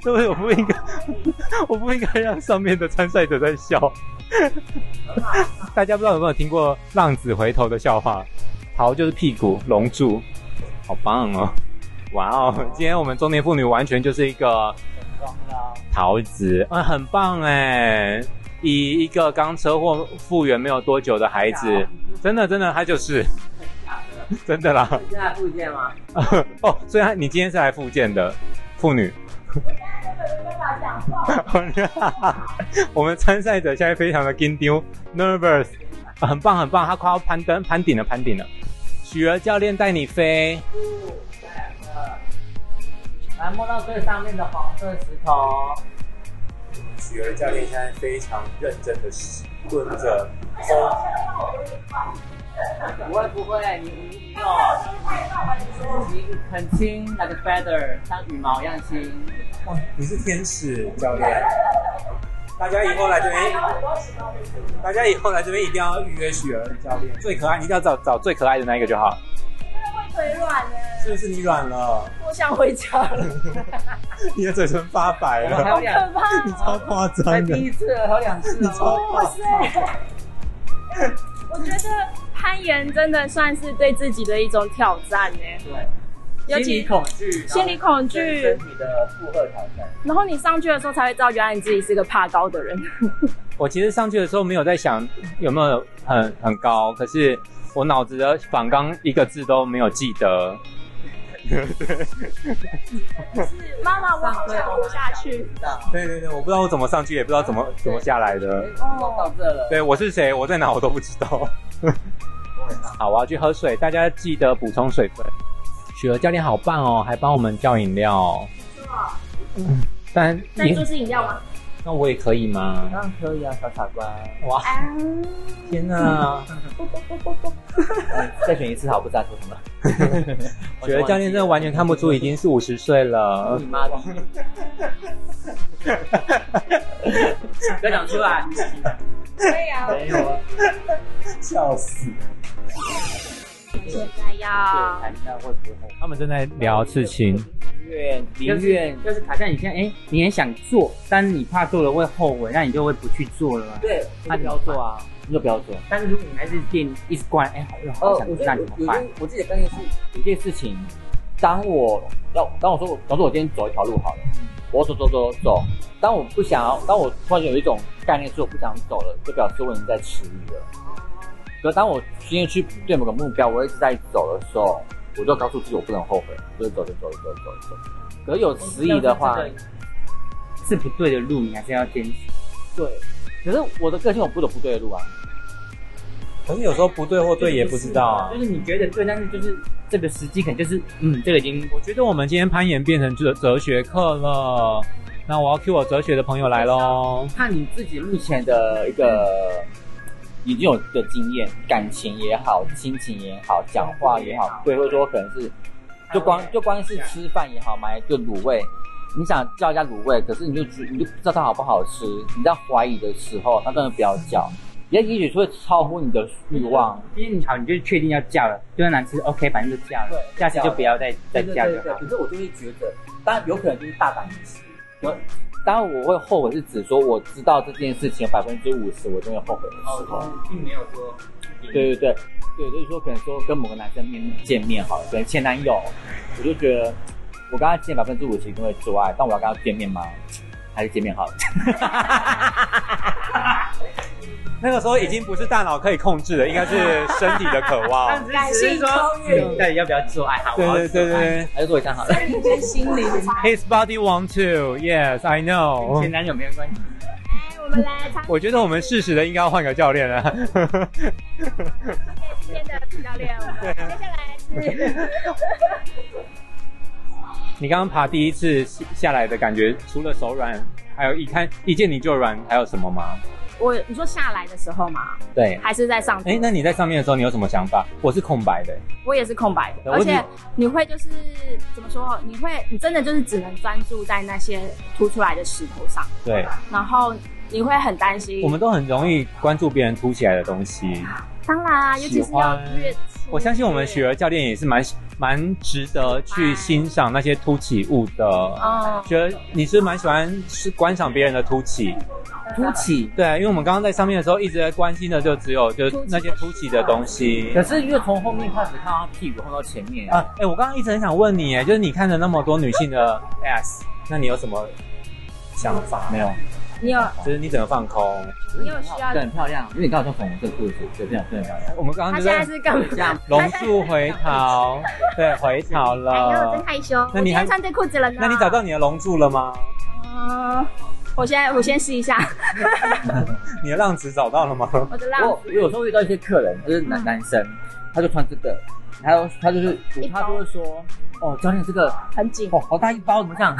C: 不起，我不应该，我不应该让上面的参赛者在笑。 大家不知道有没有听过浪子回头的笑话？桃就是屁股，龙柱，好棒哦！哇哦，今天我们中年妇女完全就是一个
D: 啊
C: 桃子，嗯，很棒哎！以一个刚车祸复原没有多久的孩子，真的真的，他就是，真的啦。
D: 现在复健吗？
C: 哦，所以他你今天是来复健的妇女。 我们参赛者现在非常的紧张，nervous，啊很棒很棒，他快要攀登攀顶了攀顶了。许儿教练带你飞，
D: 来摸到最上面的黄色石头，
C: 许儿教练现在非常认真的蹲着，
D: 不会不会，你你有，你很轻，like a feather，像羽毛一样轻。
C: 哇，哦你是天使教练。大家以后来这边，大家以后来这边一定要预约许儿教练，最可爱，你一定要找找最可爱的那一个就好。
B: 会腿软呢，
C: 是不是你软了？
B: 我想回家了，
C: 你的嘴唇发白
D: 我们还
C: 了，
D: 有
B: 好
D: 两，
B: 可怕
C: 你
B: 哦！
C: 超夸
D: 才
C: 张的
D: 第，一次，还有两次
C: 你
D: 哦。
C: 超
B: 哇
C: 夸
B: 塞， 我觉得攀岩真的算是对自己的一种挑战呢，尤
D: 对，心理
B: 其
D: 恐惧，
B: 心理恐
D: 对
B: 惧
D: 身，体的负荷挑战。
B: 然后你上去的时候才会知道，原来你自己是个怕高的人。
C: 我其实上去的时候没有在想有没有很很高，可是我脑子的反纲一个字都没有记得。
B: 是妈妈，我好想活下去。
C: 对对对，我不知道我怎么上去，也不知道怎么怎么下来的。
D: 哦，到这了。
C: 对，我是谁，我在哪，我都不知道。 好，我要去喝水，大家记得补充水分。雪儿教练好棒哦，还帮我们叫饮料。嗯，但
B: 那
C: 也
B: 就是饮料吗？
C: 那我也可以吗？
D: 当然可以啊，小傻瓜。
C: 哇，
B: 啊，
C: 天 哪！
D: 再选一次好，不知道说什么。
C: 雪儿教练真的完全看不出已经是五十岁了
D: 你。妈逼！不要讲出来。
B: 对呀、
D: 没有啊，
C: 笑死！
B: 现在要
D: 看一下会不会
C: 他们正在聊事情。
D: 远离
E: 就是
D: 远。
E: 就是卡在你现在，哎、你很想做，但你怕做了会后悔，那你就会不去做了啊。
D: 对，那你要做啊，你就不要做。
E: 但是如果你还是定一直关，哎、好我
D: 哦
E: 好想做，那怎么办？？
D: 我自己的观念是，有一件事情，当我要当我说，假如说我今天走一条路好了，
E: 嗯
D: 我走走走走，当我不想要，当我突然有一种概念是我不想走了，就表示我已经在迟疑了。可当我今天去对某个目标，我一直在走的时候，我就告诉自己我不能后悔，我就走着走着走着走着走。可是有迟疑的话，
E: 是不对的路，你还是要坚持。
D: 对，可是我的个性我不走不对的路啊。
C: 可是有时候不对或对也不知道啊
E: 就。是你觉得对，但是就是这个时机可能就是，嗯，这个已经
C: 我觉得我们今天攀岩变成哲哲学课了。那我要 cue 我哲学的朋友来喽。
D: 看你自己目前的一个已经有的经验，感情也好，亲情也好，讲话也好，对，或者说可能是就光就光是吃饭也好，买一个卤味，你想叫人家卤味，可是你就觉你就不知道它好不好吃，你在怀疑的时候，那真的不要叫，也也许会超乎你的欲望。。
E: 今天你好，你就确定要叫了，就算难吃，OK，反正就叫了，
D: 对
E: 下次就不要再再
D: 对
E: 叫
D: 对
E: 就
D: 对，
E: 好
D: 可。是我就会觉得，当然有可能就是大胆一些。我当然我会后悔，是指说我知道这件事情百分之五十我就会后悔的时候。
E: 并没有说，
D: 对对对，对，就是说可能说跟某个男生面见面好了，可能前男友，我就觉得我跟他见百分之五十一定会做爱，但我要跟他见面吗？还是见面好了？
C: 那个时候已经不是大脑可以控制的，应该是身体的渴 望。
J: 感性超越，
D: 到底要不要做爱？好，
C: 对
D: 我要
C: 对对
D: 做爱
E: 哎
C: 对
D: 还是做一下好了。
J: 身体跟心灵。
C: His body want to, yes, I
D: 前
E: 哦
C: know。
D: 男友没有关系，
B: 来，哎我们来参
C: 我觉得我们适时的应该要换个教练啊了。
B: 加今天的教练，我们接下来是
C: 你刚刚爬第一次下来的感觉，除了手软，还有一看一见你就软，还有什么吗？
B: 我你说下来的时候嘛，
C: 对。
B: 还是在上
C: 哎，那你在上面的时候，你有什么想法？我是空白的，
B: 我也是空白的，
C: 对
B: 而
C: 我
B: 且
C: 只
B: 你会就是怎么说？你会你真的就是只能专注在那些凸出来的石头上，
C: 对，
E: 嗯
B: 然后你会很担心。
C: 我们都很容易关注别人凸起来的东西。
B: 当然啊，尤其是
C: 喜
B: 要
C: 欢
B: 越
C: 我相信我们雪儿教练也是蛮蛮值得去欣赏那些凸起物的。
B: 嗯，
C: 雪儿，你是蛮喜欢是观赏别人的凸起，
D: 凸起。
C: 对，啊因为我们刚刚在上面的时候一直在关心的就只有就是那些凸起的东西
D: 可。是越从后面开始看到他屁股，看到前面
C: 啊，哎、我刚刚一直很想问你，哎，就是你看了那么多女性的 S，那你有什么想法？没有，
B: 你有
C: 就是你整个放空。
B: 你有需要
D: 对，很漂亮，因为你刚好穿粉红色裤子，对，非常非常漂亮。
C: 我们刚
B: 他
C: 刚就
B: 现在
C: 在
B: 是干嘛？
D: 这样
C: 龙树回逃，对，回逃
B: 哎呦，真
C: 了。
B: 害羞！我
C: 哦那
B: 今
C: 你还
B: 天穿对裤子了呢。
C: 那你找到你的龙柱了吗？
B: 嗯，我现在我先试一下
C: 你的浪子找到 了吗？
B: 我的浪
D: 我我有时候遇到一些客人，就是男男生，他就穿这个，还有他就是
B: 一包
D: 他就会说，哦，教练这个
B: 很紧。
D: 哦好大一包，怎么这样？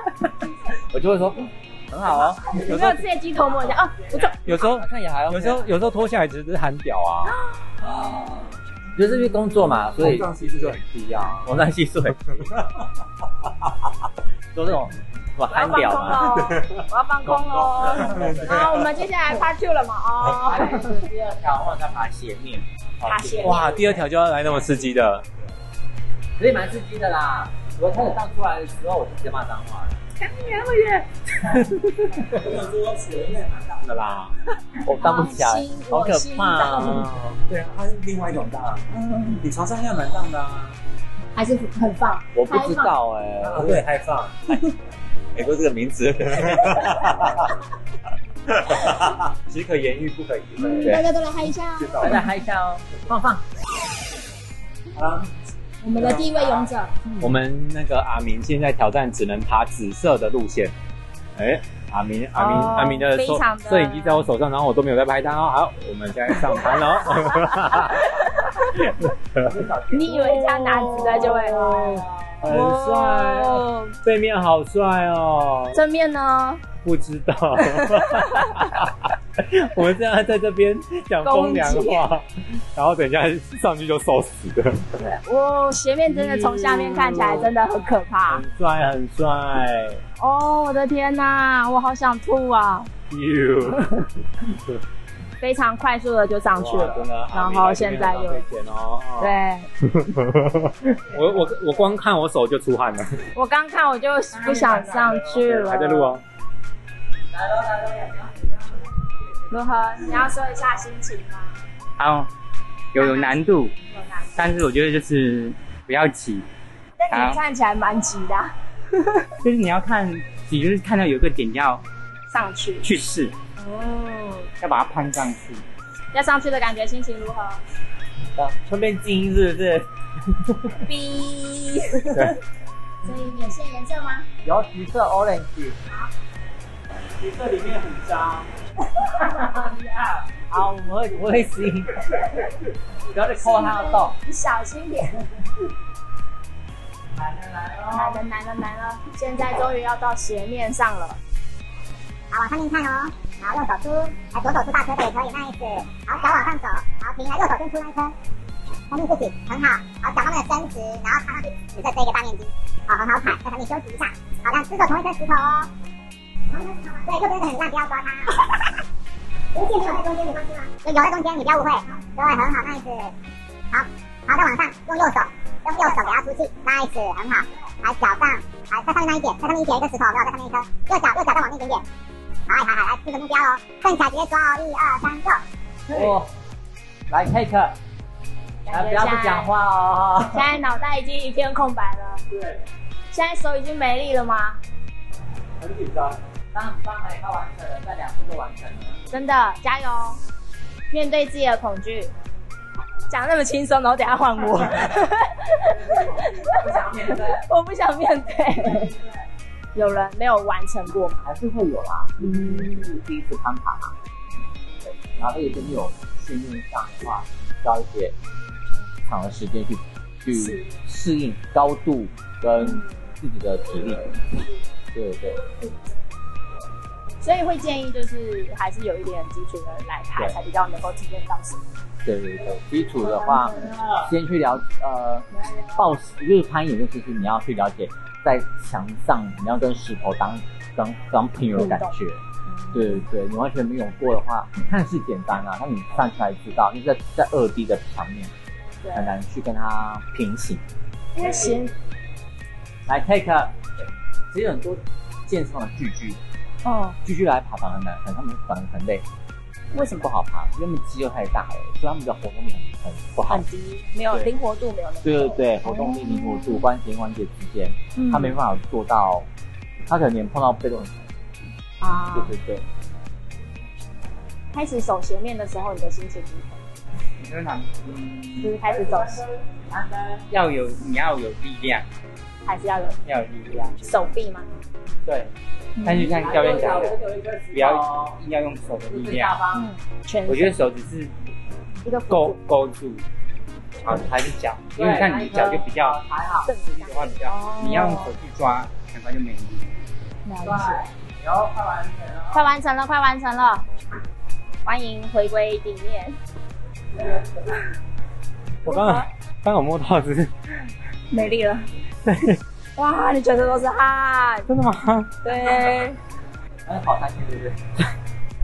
D: 我就会说嗯很好哦，
B: 有
C: 有
B: 没
C: 时
B: 有
C: 候
B: 自己的鸡头摸一下？哦，不错，
C: 有时候
D: 好像也还 OK
C: 有时候有时候脱下来只是喊屌啊，
D: 就是因为工作嘛，所以
C: 系数就很低啊。
D: 我在细碎，说这种
B: 我
D: 我
B: 要
D: 憨
B: 放
D: 屌
B: 空
D: 嘛。
C: 啊
B: 喽，我要放空 喽。好，我们接下来 part two 了嘛？哦，
D: 第二条，我在爬斜面，
B: 爬斜面
C: 哇，第二条就要来那么刺激的，
D: 所以蛮刺激的啦。我开始上出来的时候，我就直接骂脏话了。
H: 我想说学妹蛮大的啦，
D: 我当不起来
B: 我心，
D: 好可
B: 我心
D: 怕啊！
H: 对啊，它是另外一种大，嗯，你床上应该蛮大的啊，
B: 还是很棒。
D: 我不知道哎、
H: 啊对，开放，
C: 美国这个名字，只可言喻不可言喻。
B: 大家都来嗨一下哦！
D: 我再嗨一下哦，放放。
H: 啊，
B: 我们的第一位勇者，
C: 我们那个阿明现在挑战只能爬紫色的路线。哎，阿明，阿明，
B: 哦
C: 阿明的
B: 非
C: 手
B: 常的
C: 摄影机在我手上，然后我都没有在拍他哦。好，我们现在上盘了 哦。
B: 你以为这样拿纸袋就会？
C: 很帅哦，
B: 哦
C: 背面好帅哦。
B: 正面呢？
C: 不知道， 我们这样在这边讲风凉话，然后等一下上去就受死的，
B: 我斜面真的从下面看起来真的很可怕
C: 很。帅很帅
B: 哦，我的天哪、我好想吐啊！
C: ，you，
B: 非常快速的就上去
C: 哇
B: 了
C: 真，的啊
B: 然后现在又
C: 又哦，
B: 对。
C: 我我我光看我手就出汗了，
B: 我刚看我就不想上去了。
C: 还在录哦。
B: 如何？你要说一下心情吗？
E: 好，有有难度，
B: 有难。
E: 但是我觉得就是不要急，
B: 但你看起来蛮急 的啊、
E: 就是你要看，你就是看到有一个点要
B: 上去。
E: 去试，
B: 嗯，
E: 要把它攀上去。
B: 要上去的感觉，心情如何？
D: 顺便静音是不是？
B: B。所以有限颜色吗？
D: 有橘色 orange，
H: 你这里面很脏，
D: 好，我会我会吸引，不要再抠他的洞。
B: 你小心点。来了来了来了！现在终于要到斜面上了。
K: 好，往上面看哦。好，右手出，哎，左手出大颗的也可以，nice。好，脚往上走，好，停了，右手先出那一颗，控制自己，很好。好，脚慢慢的伸直，然后看上去紫色这一个大面积，好，很好踩，再把你休息一下。好，让只手同一颗石头哦。同一颗石头吗对，右边的很烂，不要抓它哦。无界没有在中间，你放心吗？有有在中间，你不要误会。对，很好，nice。好，好，再往上，用右手，用右手给它出气，nice，很好。来，脚上，来，再上面那一点，再上面一点一个石头，没有，再上面一颗，右脚，右脚再往那一点点。好，好，好，来，四个目标哦，站起来直接抓哦，一二三，Go！
D: 哦，来 take，来不要不讲话哦。
B: 现在脑袋已经一片空白了。
H: 对，
B: 现在手已经没力了吗？
H: 很紧张，
D: 那很棒哎，快完成了，再两步就完成了。
B: 真的加油！面对自己的恐惧，讲那么轻松，然后等下换我，
D: 不想面对，
B: 我不想面对。有人没有完成过吗？
D: 还是会有啊。嗯，第一次攀爬嘛，对，然后也真的有训练上的话，需要一些长的时间去去适应高度跟自己的体力。对对对，
B: 所以会建议就是还是有一点基础的人来爬，
D: 对
B: 才比较能够体验到什么。
D: 对对对，基础的话，先去了呃，暴食就是攀岩这个事情，你要去了解，在墙上你要跟石头当当当朋友的感觉。
B: 嗯
D: 对对对，你完全没有过的话，你看似简单啊，但你上去才知道，因为在在二 D 的墙面
B: 对
D: 很难去跟它平行。
B: 因为行，
D: 来 take，a- 其实很多健身房的巨巨，
B: 哦，
D: 巨巨来爬反而很难，很他们反而很累，
B: 为什么
D: 不好爬？因为他们肌肉太大了，所以他们的活动力很很不好
B: 很。低，没有
D: 对
B: 灵活度，没有那么
D: 对对对，活动力、灵活度、关节关节之间，他没办法做到，他可能连碰到被动很疼。
B: 啊
D: 对对对，
B: 开始走斜面的时候，你的心情如何？
E: 你说哪？嗯，
B: 就是开始走，
E: 要有你要有力量，
B: 还是要有
E: 要有力量。
B: 手臂吗？
E: 对，但是像教练讲的，不要硬要用手的力量。
B: 嗯，全身
E: 我觉得手只是
B: 一个
E: 勾勾住，好还是脚，因为像你脚就比较
D: 还好，
B: 正
E: 力的话比较，你要用手去抓，很快就没力。
B: 了解。
E: 哦
B: 快完成了，快完成了，欢迎回归顶面。
C: 我刚刚刚刚有摸到，只是
B: 没力了，
C: 对，
B: 哇，你全身都是汗，
C: 真的吗？
B: 对，
D: 哎，好担心对不对？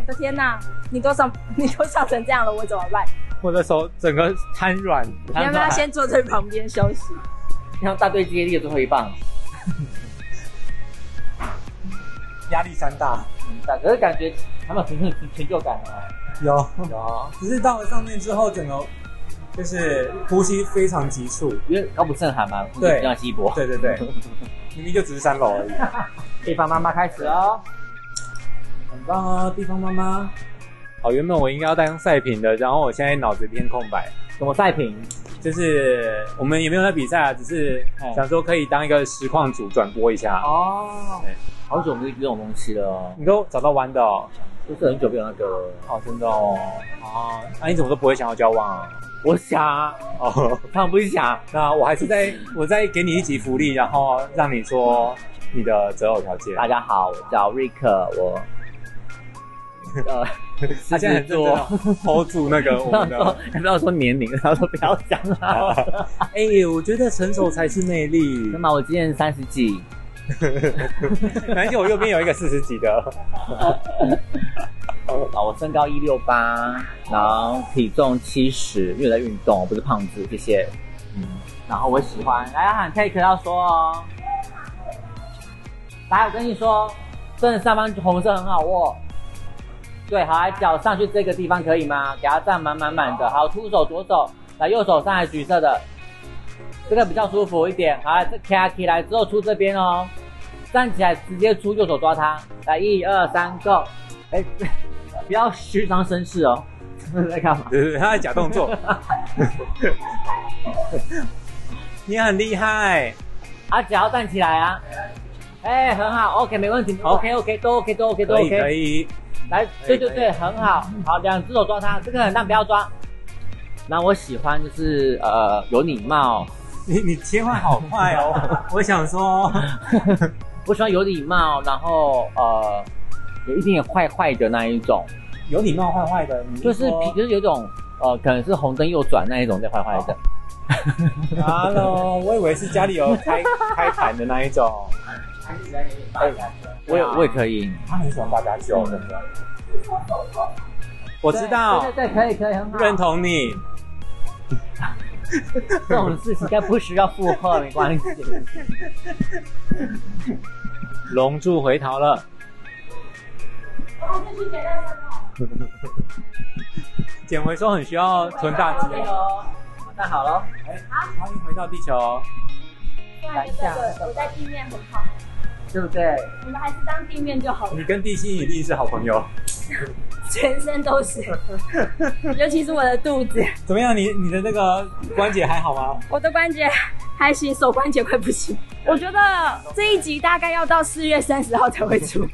B: 我的天哪，你都上 你都上成这样了，我怎么办？
C: 我的手整个瘫软，
B: 你要不要先坐在旁边休息？
D: 像大队接力的最后一棒，
H: 压力山大，
D: 但可是感觉还蛮平衡成就感的哦。
H: 有，
D: 有，
H: 只是到了上面之后，整个就是呼吸非常急促，
D: 因为高不胜寒嘛，
H: 对
D: 比较稀薄。
H: 对对 对，明明就只是三楼而已。
D: 地方妈妈开始哦，
H: 很棒哦，地方妈妈，
C: 好，原本我应该要当赛评的，然后我现在脑子一片空白，
D: 什么赛评？
C: 就是我们也没有在比赛啊，只是想说可以当一个实况组转播一下。
D: 哦，好久没有这种东西了哦，
C: 你都找到弯的哦，
D: 就是很久没有那个了。
C: 哦，真的哦，哦，那、你怎么都不会想要交往啊？
D: 我想啊，
C: 哦，
D: 他们不是想啊，
C: 那我还是在我再给你一集福利，然后让你说你的择偶条件。
D: 大家好，我叫瑞克，我呃，
C: 他现在很认真哦 hold 住那个我
D: 他
C: 们
D: 说
C: 的，
D: 他不要说年龄，他说不要讲了。
C: 哎、我觉得成熟才是魅力
D: 那。么我今年三十几，
C: 而且我右边有一个四十几的，
D: 啊，我身高一六八，然后体重七十，因为我在运动，我不是胖子，谢谢。嗯，然后我喜欢，来要喊 take 要说哦。来，我跟你说，真的上方红色很好握。对，好，来脚上去这个地方可以吗？给它站满满满的，好，出手左手，来右手上来橘色的，这个比较舒服一点。好，来这卡起来之后出这边哦，站起来直接出右手抓它，来一二三 go，哎。 不要虚张声势哦。 在干嘛？
C: 对对，对他在假动作。 你很厉害，
D: 啊，脚要站起来啊！哎、很好，OK，没问题
C: 好
D: ，OK OK 都 OK 都 OK 都
C: 可以可
D: OK。
C: 以。
D: 来，
C: 可
D: 对
C: 以
D: 对对，很好，好，两只手抓它，这个很烂，不要抓。那我喜欢就是呃有礼貌，
H: 你你切换好快哦，我想说，
D: 我喜欢有礼貌，然后呃有一点点坏坏的那一种，
H: 有礼貌坏坏的，你
D: 就是
H: 说
D: 就是有一种呃可能是红灯右转那一种在坏坏的，
C: Hello，我以为是家里有开开盘的那一种。
D: 我也我也可以。
H: 他很喜欢八加九，真的。
C: 我知道
D: 对，对对，可以可以，很好。
C: 认同你。
D: 这种事情应该不需要附和，没关 系。
C: 龙柱回逃了。
H: 哦
C: 捡回收很需要存大机哦。
D: 那好喽。
H: 哎
C: 欢迎回到地球。
B: 突然觉得我我在地面很好，
D: 对不对？
B: 我们还是当地面就好 了
C: 你，跟地心引力是好朋友。
B: 全身都 是，尤其是我的肚子，
H: 怎么样？你你的那个关节还好吗？
B: 我的关节还行，手关节快不行。我觉得这一集大概要到四月三十号才会出，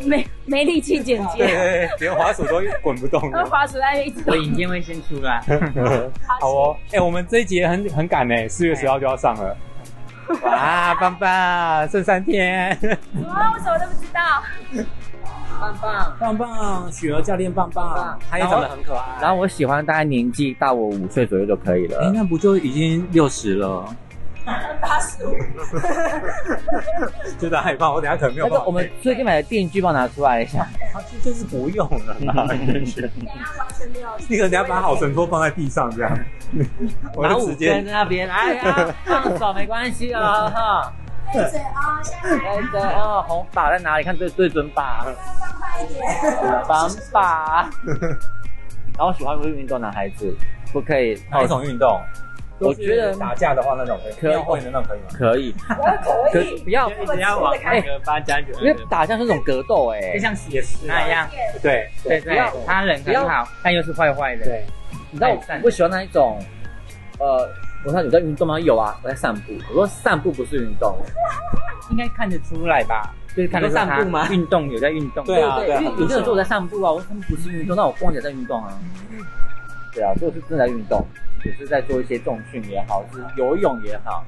B: 没没力气剪
C: 对
B: 接，
C: 对对，连滑鼠都滚不动
B: 那
C: 了。
B: 滑鼠在一直
E: 我影片会先出来。
C: 好哦，哎、我们这一集也很很赶呢，四月十号就要上了。哇，棒棒，剩三天。
B: 什么？啊我什么都不知道。
E: 棒棒，
H: 棒棒，雪儿教练棒棒，他也长得很可爱。
D: 然后我喜欢大概年纪大我五岁左右就可以
H: 哎，
D: 了。
H: 那不就已经六十了？
C: 真的害怕，我等下可能没有
D: 那
C: 办
D: 个
C: 法。
D: 我们最近买的电锯帮我拿出来一下。
C: 就是不用了啦，那个等下把好神托放在地上这样，我
E: 拿
C: 就
E: 五
C: 直
E: 根
C: 接
E: 在那边，哎呀，放手没关系啊哈。
J: 对嘴哦，下来
D: 哎对哦，红把在哪里？看最最准把，
J: 放快一点。
D: 绑把。然后我喜欢会运动的孩子，不可以哦
C: 哪一种运动？
D: 我觉得
C: 打架的话那种
D: 可以
C: 庙会的那种可以吗？
D: 可以，可以不要，哎
E: 一直要往那个八加九，
D: 因为打架是一种格斗哎、
E: 就像写实那样。
C: 对，
E: 对啊
D: 不
E: 对
D: 要，
E: 他人
D: 不要
E: 很好，但又是坏坏的。
C: 对
D: 你知道我不喜欢那一种，呃，我说你在运动吗？有啊，我在散步。我说散步不是运动，
E: 应该看得出来吧？就是看得出
D: 你说散步吗
E: 他运动有在运动。
H: 对 啊，
D: 对
H: 对啊
D: 因，为有些人说我在散步啊，我说他们不是运动，那我逛街在运动啊。对啊，所以我是真的在运动，只是在做一些重训也好，是游泳也好，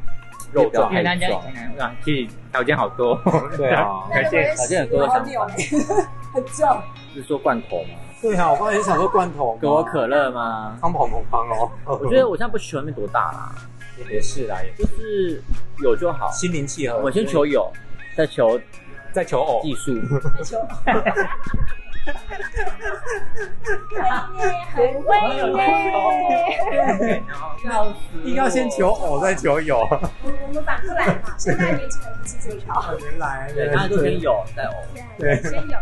D: 肉壮
E: 因为大
D: 还
E: 家
D: 是壮。
E: 哇，其实条件好多。
C: 对 啊，
E: 感谢
D: 好像很多的
J: 好
D: 想
J: 扭
D: 法，
J: 很重。
D: 是说罐头吗？
H: 对啊，我刚才也想说罐头，
D: 可口可乐吗？
C: 康宝萌康哦，
D: 我觉得我现在不喜欢那多大啦，
C: 也是啦，也
D: 就是有就好。
H: 心灵契合。
D: 我先求有，再求
C: 在求偶，
D: 技术。
B: 很会耶！
E: 笑死！
C: 一定要先求偶再求友。
B: 我我们反过来嘛，现在年轻人不是这一套，
C: 原来
D: 对，大家都先有再偶。
C: 对
B: 先有再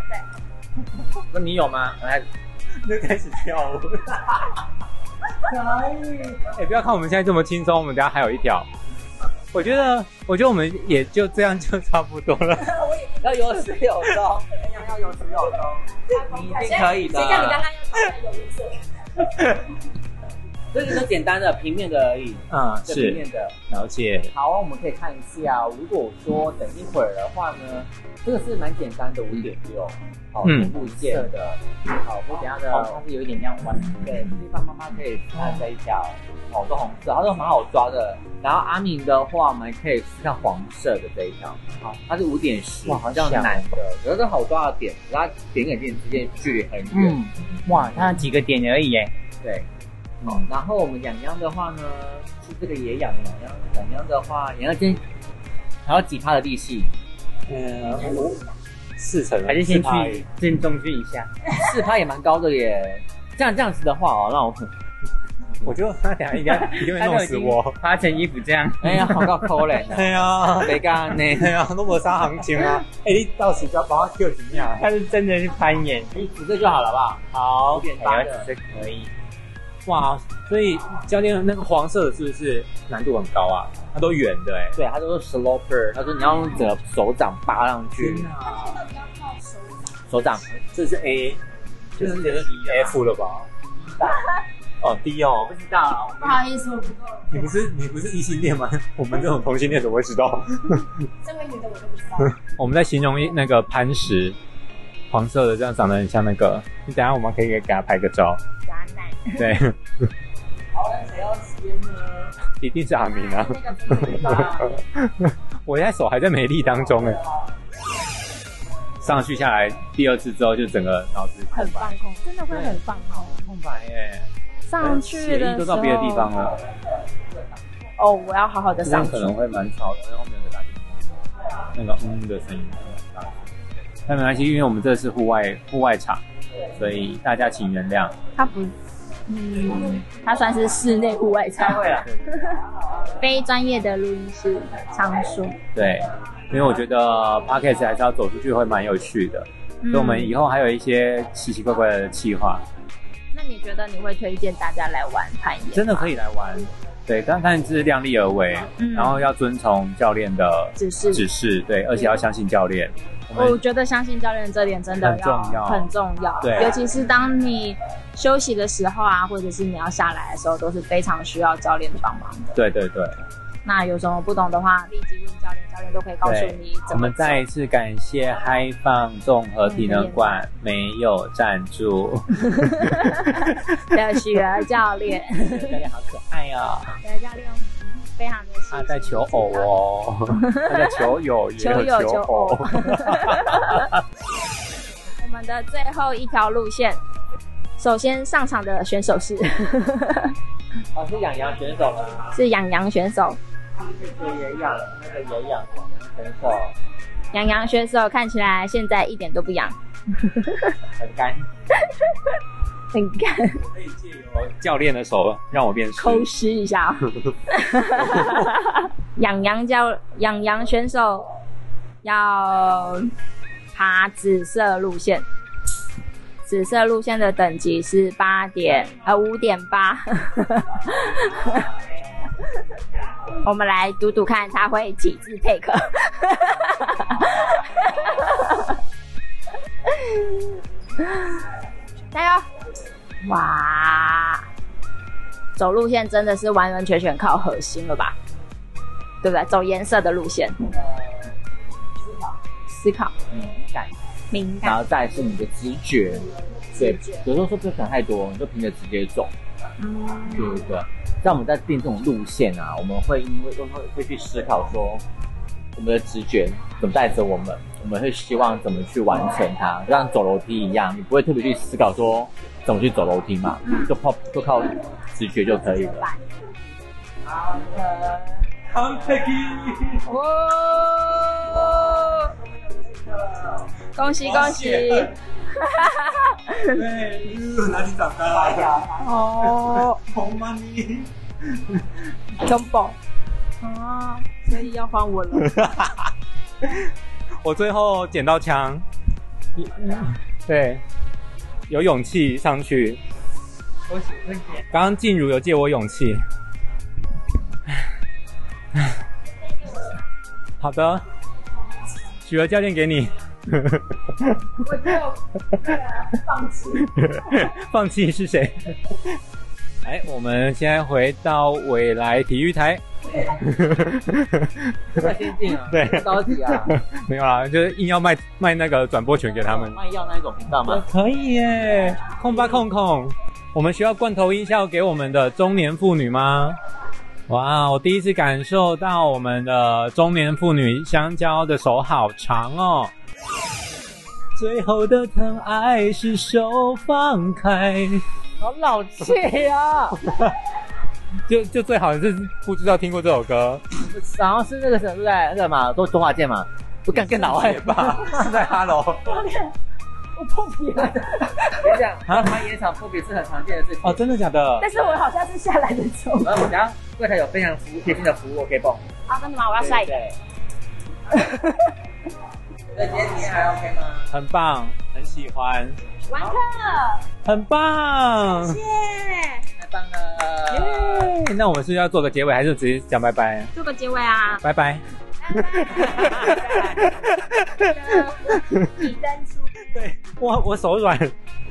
B: 有
D: 那你有吗？哎，
C: 就开始跳舞。哎、不要看我们现在这么轻松，我们等下还有一条。我觉得，我觉得我们也就这样就差不多了。
D: 要有始有 终，
E: 要有肌肉
D: 你一定可以的。
B: 先像你刚刚要讲的有一次，
D: 这个是简单的平面的而已，
C: 嗯，
D: 这平面的。
C: 了解。
D: 好啊，我们可以看一下。如果说等一会儿的话呢，这个是蛮简单的，五点六，哦好，
C: 嗯
D: 部件的，好，我等一下的，它是有一点像弯，对，这地方妈妈可以看这一条，哦，都红色，它都蛮好抓的。然后阿敏的话，我们可以试看黄色的这一条，好，它是五点十，
E: 哇好
D: 比较
E: 小哦
D: 难的，可是它好抓的点，它点跟点之间距离很远，
E: 嗯，哇，它几个点而已耶。
D: 对，哦，然后我们养羊的话呢，是这个野养的养羊，养羊的话，养羊先还要几趴的力气，
H: 呃，
C: 四成
E: 还是先
C: 四趴
E: 去先中训一下。
D: 四趴也蛮高的耶。这样这样子的话哦，让我很
C: 我觉得他俩应该一定会弄死我。
E: 他都已经扒成衣服这样，
D: 哎呀，好高抠嘞，
C: 哎呀，
D: 没干呢。
C: 哎呀，那么杀行情 啊！哎、你到时要把它跳几秒？
E: 他是真的是攀岩。
D: 你指这就好了吧？好，点八
E: 哎呀
D: 的，
E: 这可以，
C: 哇，所以教练那个黄色的是不是难度很高啊？它都圆的哎、
D: 对，他就说 sloper，他说你要用整个手掌扒上去，
J: 到底要靠手
D: 手掌
C: 这是 A，这是 E F 了吧？哦，D 哦
E: 不，知道啊，我们
B: 不好意思，我不够，
C: 你不是你不是异性恋吗？我们这种同性恋怎么会知道？
J: 身为女的我都不知道。
C: 我们在形容那个磐石，黄色的这样长得很像那个。你等一下我们可以给他拍个照。
B: 渣男。
C: 对，
E: 好像谁要先呢？
C: 一定是阿明啊！
B: 那个真的没办法
C: 我现在手还在美丽当中哎。上去下来第二次之后，就整个脑子
B: 很放空，真的会很放空。
C: 空白哎，
B: 上去
C: 血
B: 的
C: 液
B: 时
C: 都
B: 候
C: 到别的地方了。
B: 哦，我要好好的
D: 这样
B: 上去
D: 可。能会蛮吵的，因为后面有个打
C: 那个嗡的声音。那没关系，因为我们这是户外户外场，所以大家请原谅。
B: 它不，嗯，它算是室内户外场，
E: 会了，
B: 非专业的录音室常说。
C: 对，因为我觉得 podcast 还是要走出去会蛮有趣的，
B: 嗯
C: 所以我们以后还有一些奇奇怪怪的计划，
B: 那你觉得你会推荐大家来玩攀岩？
C: 真的可以来玩。对，但但是量力而为，
B: 嗯
C: 然后要遵从教练的
B: 指示
C: 指示对，而且要相信教练。我们
B: 我觉得相信教练这点真的
C: 哎很重要
B: 很重要。
C: 对
B: 尤其是当你休息的时候啊，或者是你要下来的时候，都是非常需要教练的帮忙的。
C: 对对对，
B: 那有什么不懂的话，立即问教练，教练都可以告诉
C: 对
B: 你
C: 我
B: 怎么
C: 们
B: 做。
C: 再一次感谢嗨放综合体能馆没有赞 助，
B: 的雪儿教 练，
C: 教练好可
D: 哎
C: 爱呀、
B: 雪儿教练非常的细
C: 他
B: 心
C: 啊在求偶哦， 他在求友，也有
B: 求友
C: 求偶。
B: 我们的最后一条路线，首先上场的选手是
D: 哦，是养羊选手吗？
B: 是养羊选手。
D: 是也养那个也养选手，
B: 养羊选手看起来现在一点都不痒，
D: 很干。
B: 很干，
C: 教练的手让我变
B: 抠
C: 湿，
B: 湿一下、哦。养羊教养羊选手要爬紫色路线，紫色路线的等级是八点呃五点八。 我们来赌赌看他会几次 take。加油！哇，走路线真的是完完全全靠核心了吧？对不对？走颜色的路线，思考
D: 敏感，
B: 敏
D: 然后
B: 感，
D: 再来是你的直觉，对，有时候说不要想太多，你就凭着直觉走，对不对？像我们在定这种路线啊，我们会因为会会会去思考说，我们的直觉怎么带着我们，我们会希望怎么去完成它，像走楼梯一样，你不会特别去思考说怎么去走楼梯嘛，就靠就靠直觉就可以了。
H: 完璧。
B: 哦，恭喜恭喜！
H: 对，嗯哪里长大的？
B: 哦，
H: 红 money。
B: 中宝啊，所以要换我了。
C: 我最后捡到枪，对，有勇气上去。刚刚静茹有借我勇气。 好的，许儿教练给你。 放弃是谁？ 哎，我们现在回到未来体育台。
D: 太先进了，
C: 对
D: 不着急 啊，
C: 没有啦，就是硬要卖卖那个转播权给他们。
D: 卖药那一种频道
C: 我
D: 吗？
C: 可以耶，控吧控控，我们需要罐头音效给我们的中年妇女吗？哇，我第一次感受到我们的中年妇女香蕉的手好长哦。最后的疼爱是手放开，
D: 好老气啊！
C: 就就最好是不知道听过这首歌，
D: 然后是那个什么，对不对？那个嘛，都中华健嘛，我干更老哎吧？
C: 是在哈喽
D: 我碰壁了。跟你讲，然后他延长破皮是很常见的事情。
C: 哦，真的假 的？
B: 但是我好像是下来的时候
D: 然后我家柜台有非常服务贴心的服务，我可以帮我。
B: 啊，真的吗？我要下一个。
D: 对。那今天你还 OK 吗？
C: 很棒，很喜欢，
B: 完课，
C: 很棒。
D: 太棒了！
C: 耶！那我们是要做个结尾，还是直接讲拜拜？
B: 做个结尾啊。
C: 拜拜。
B: 你登出，
C: 对，我我手软，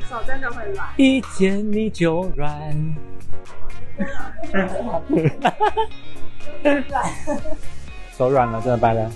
B: 手真的会软。
C: 一见你就 软。手软了，真的拜拜。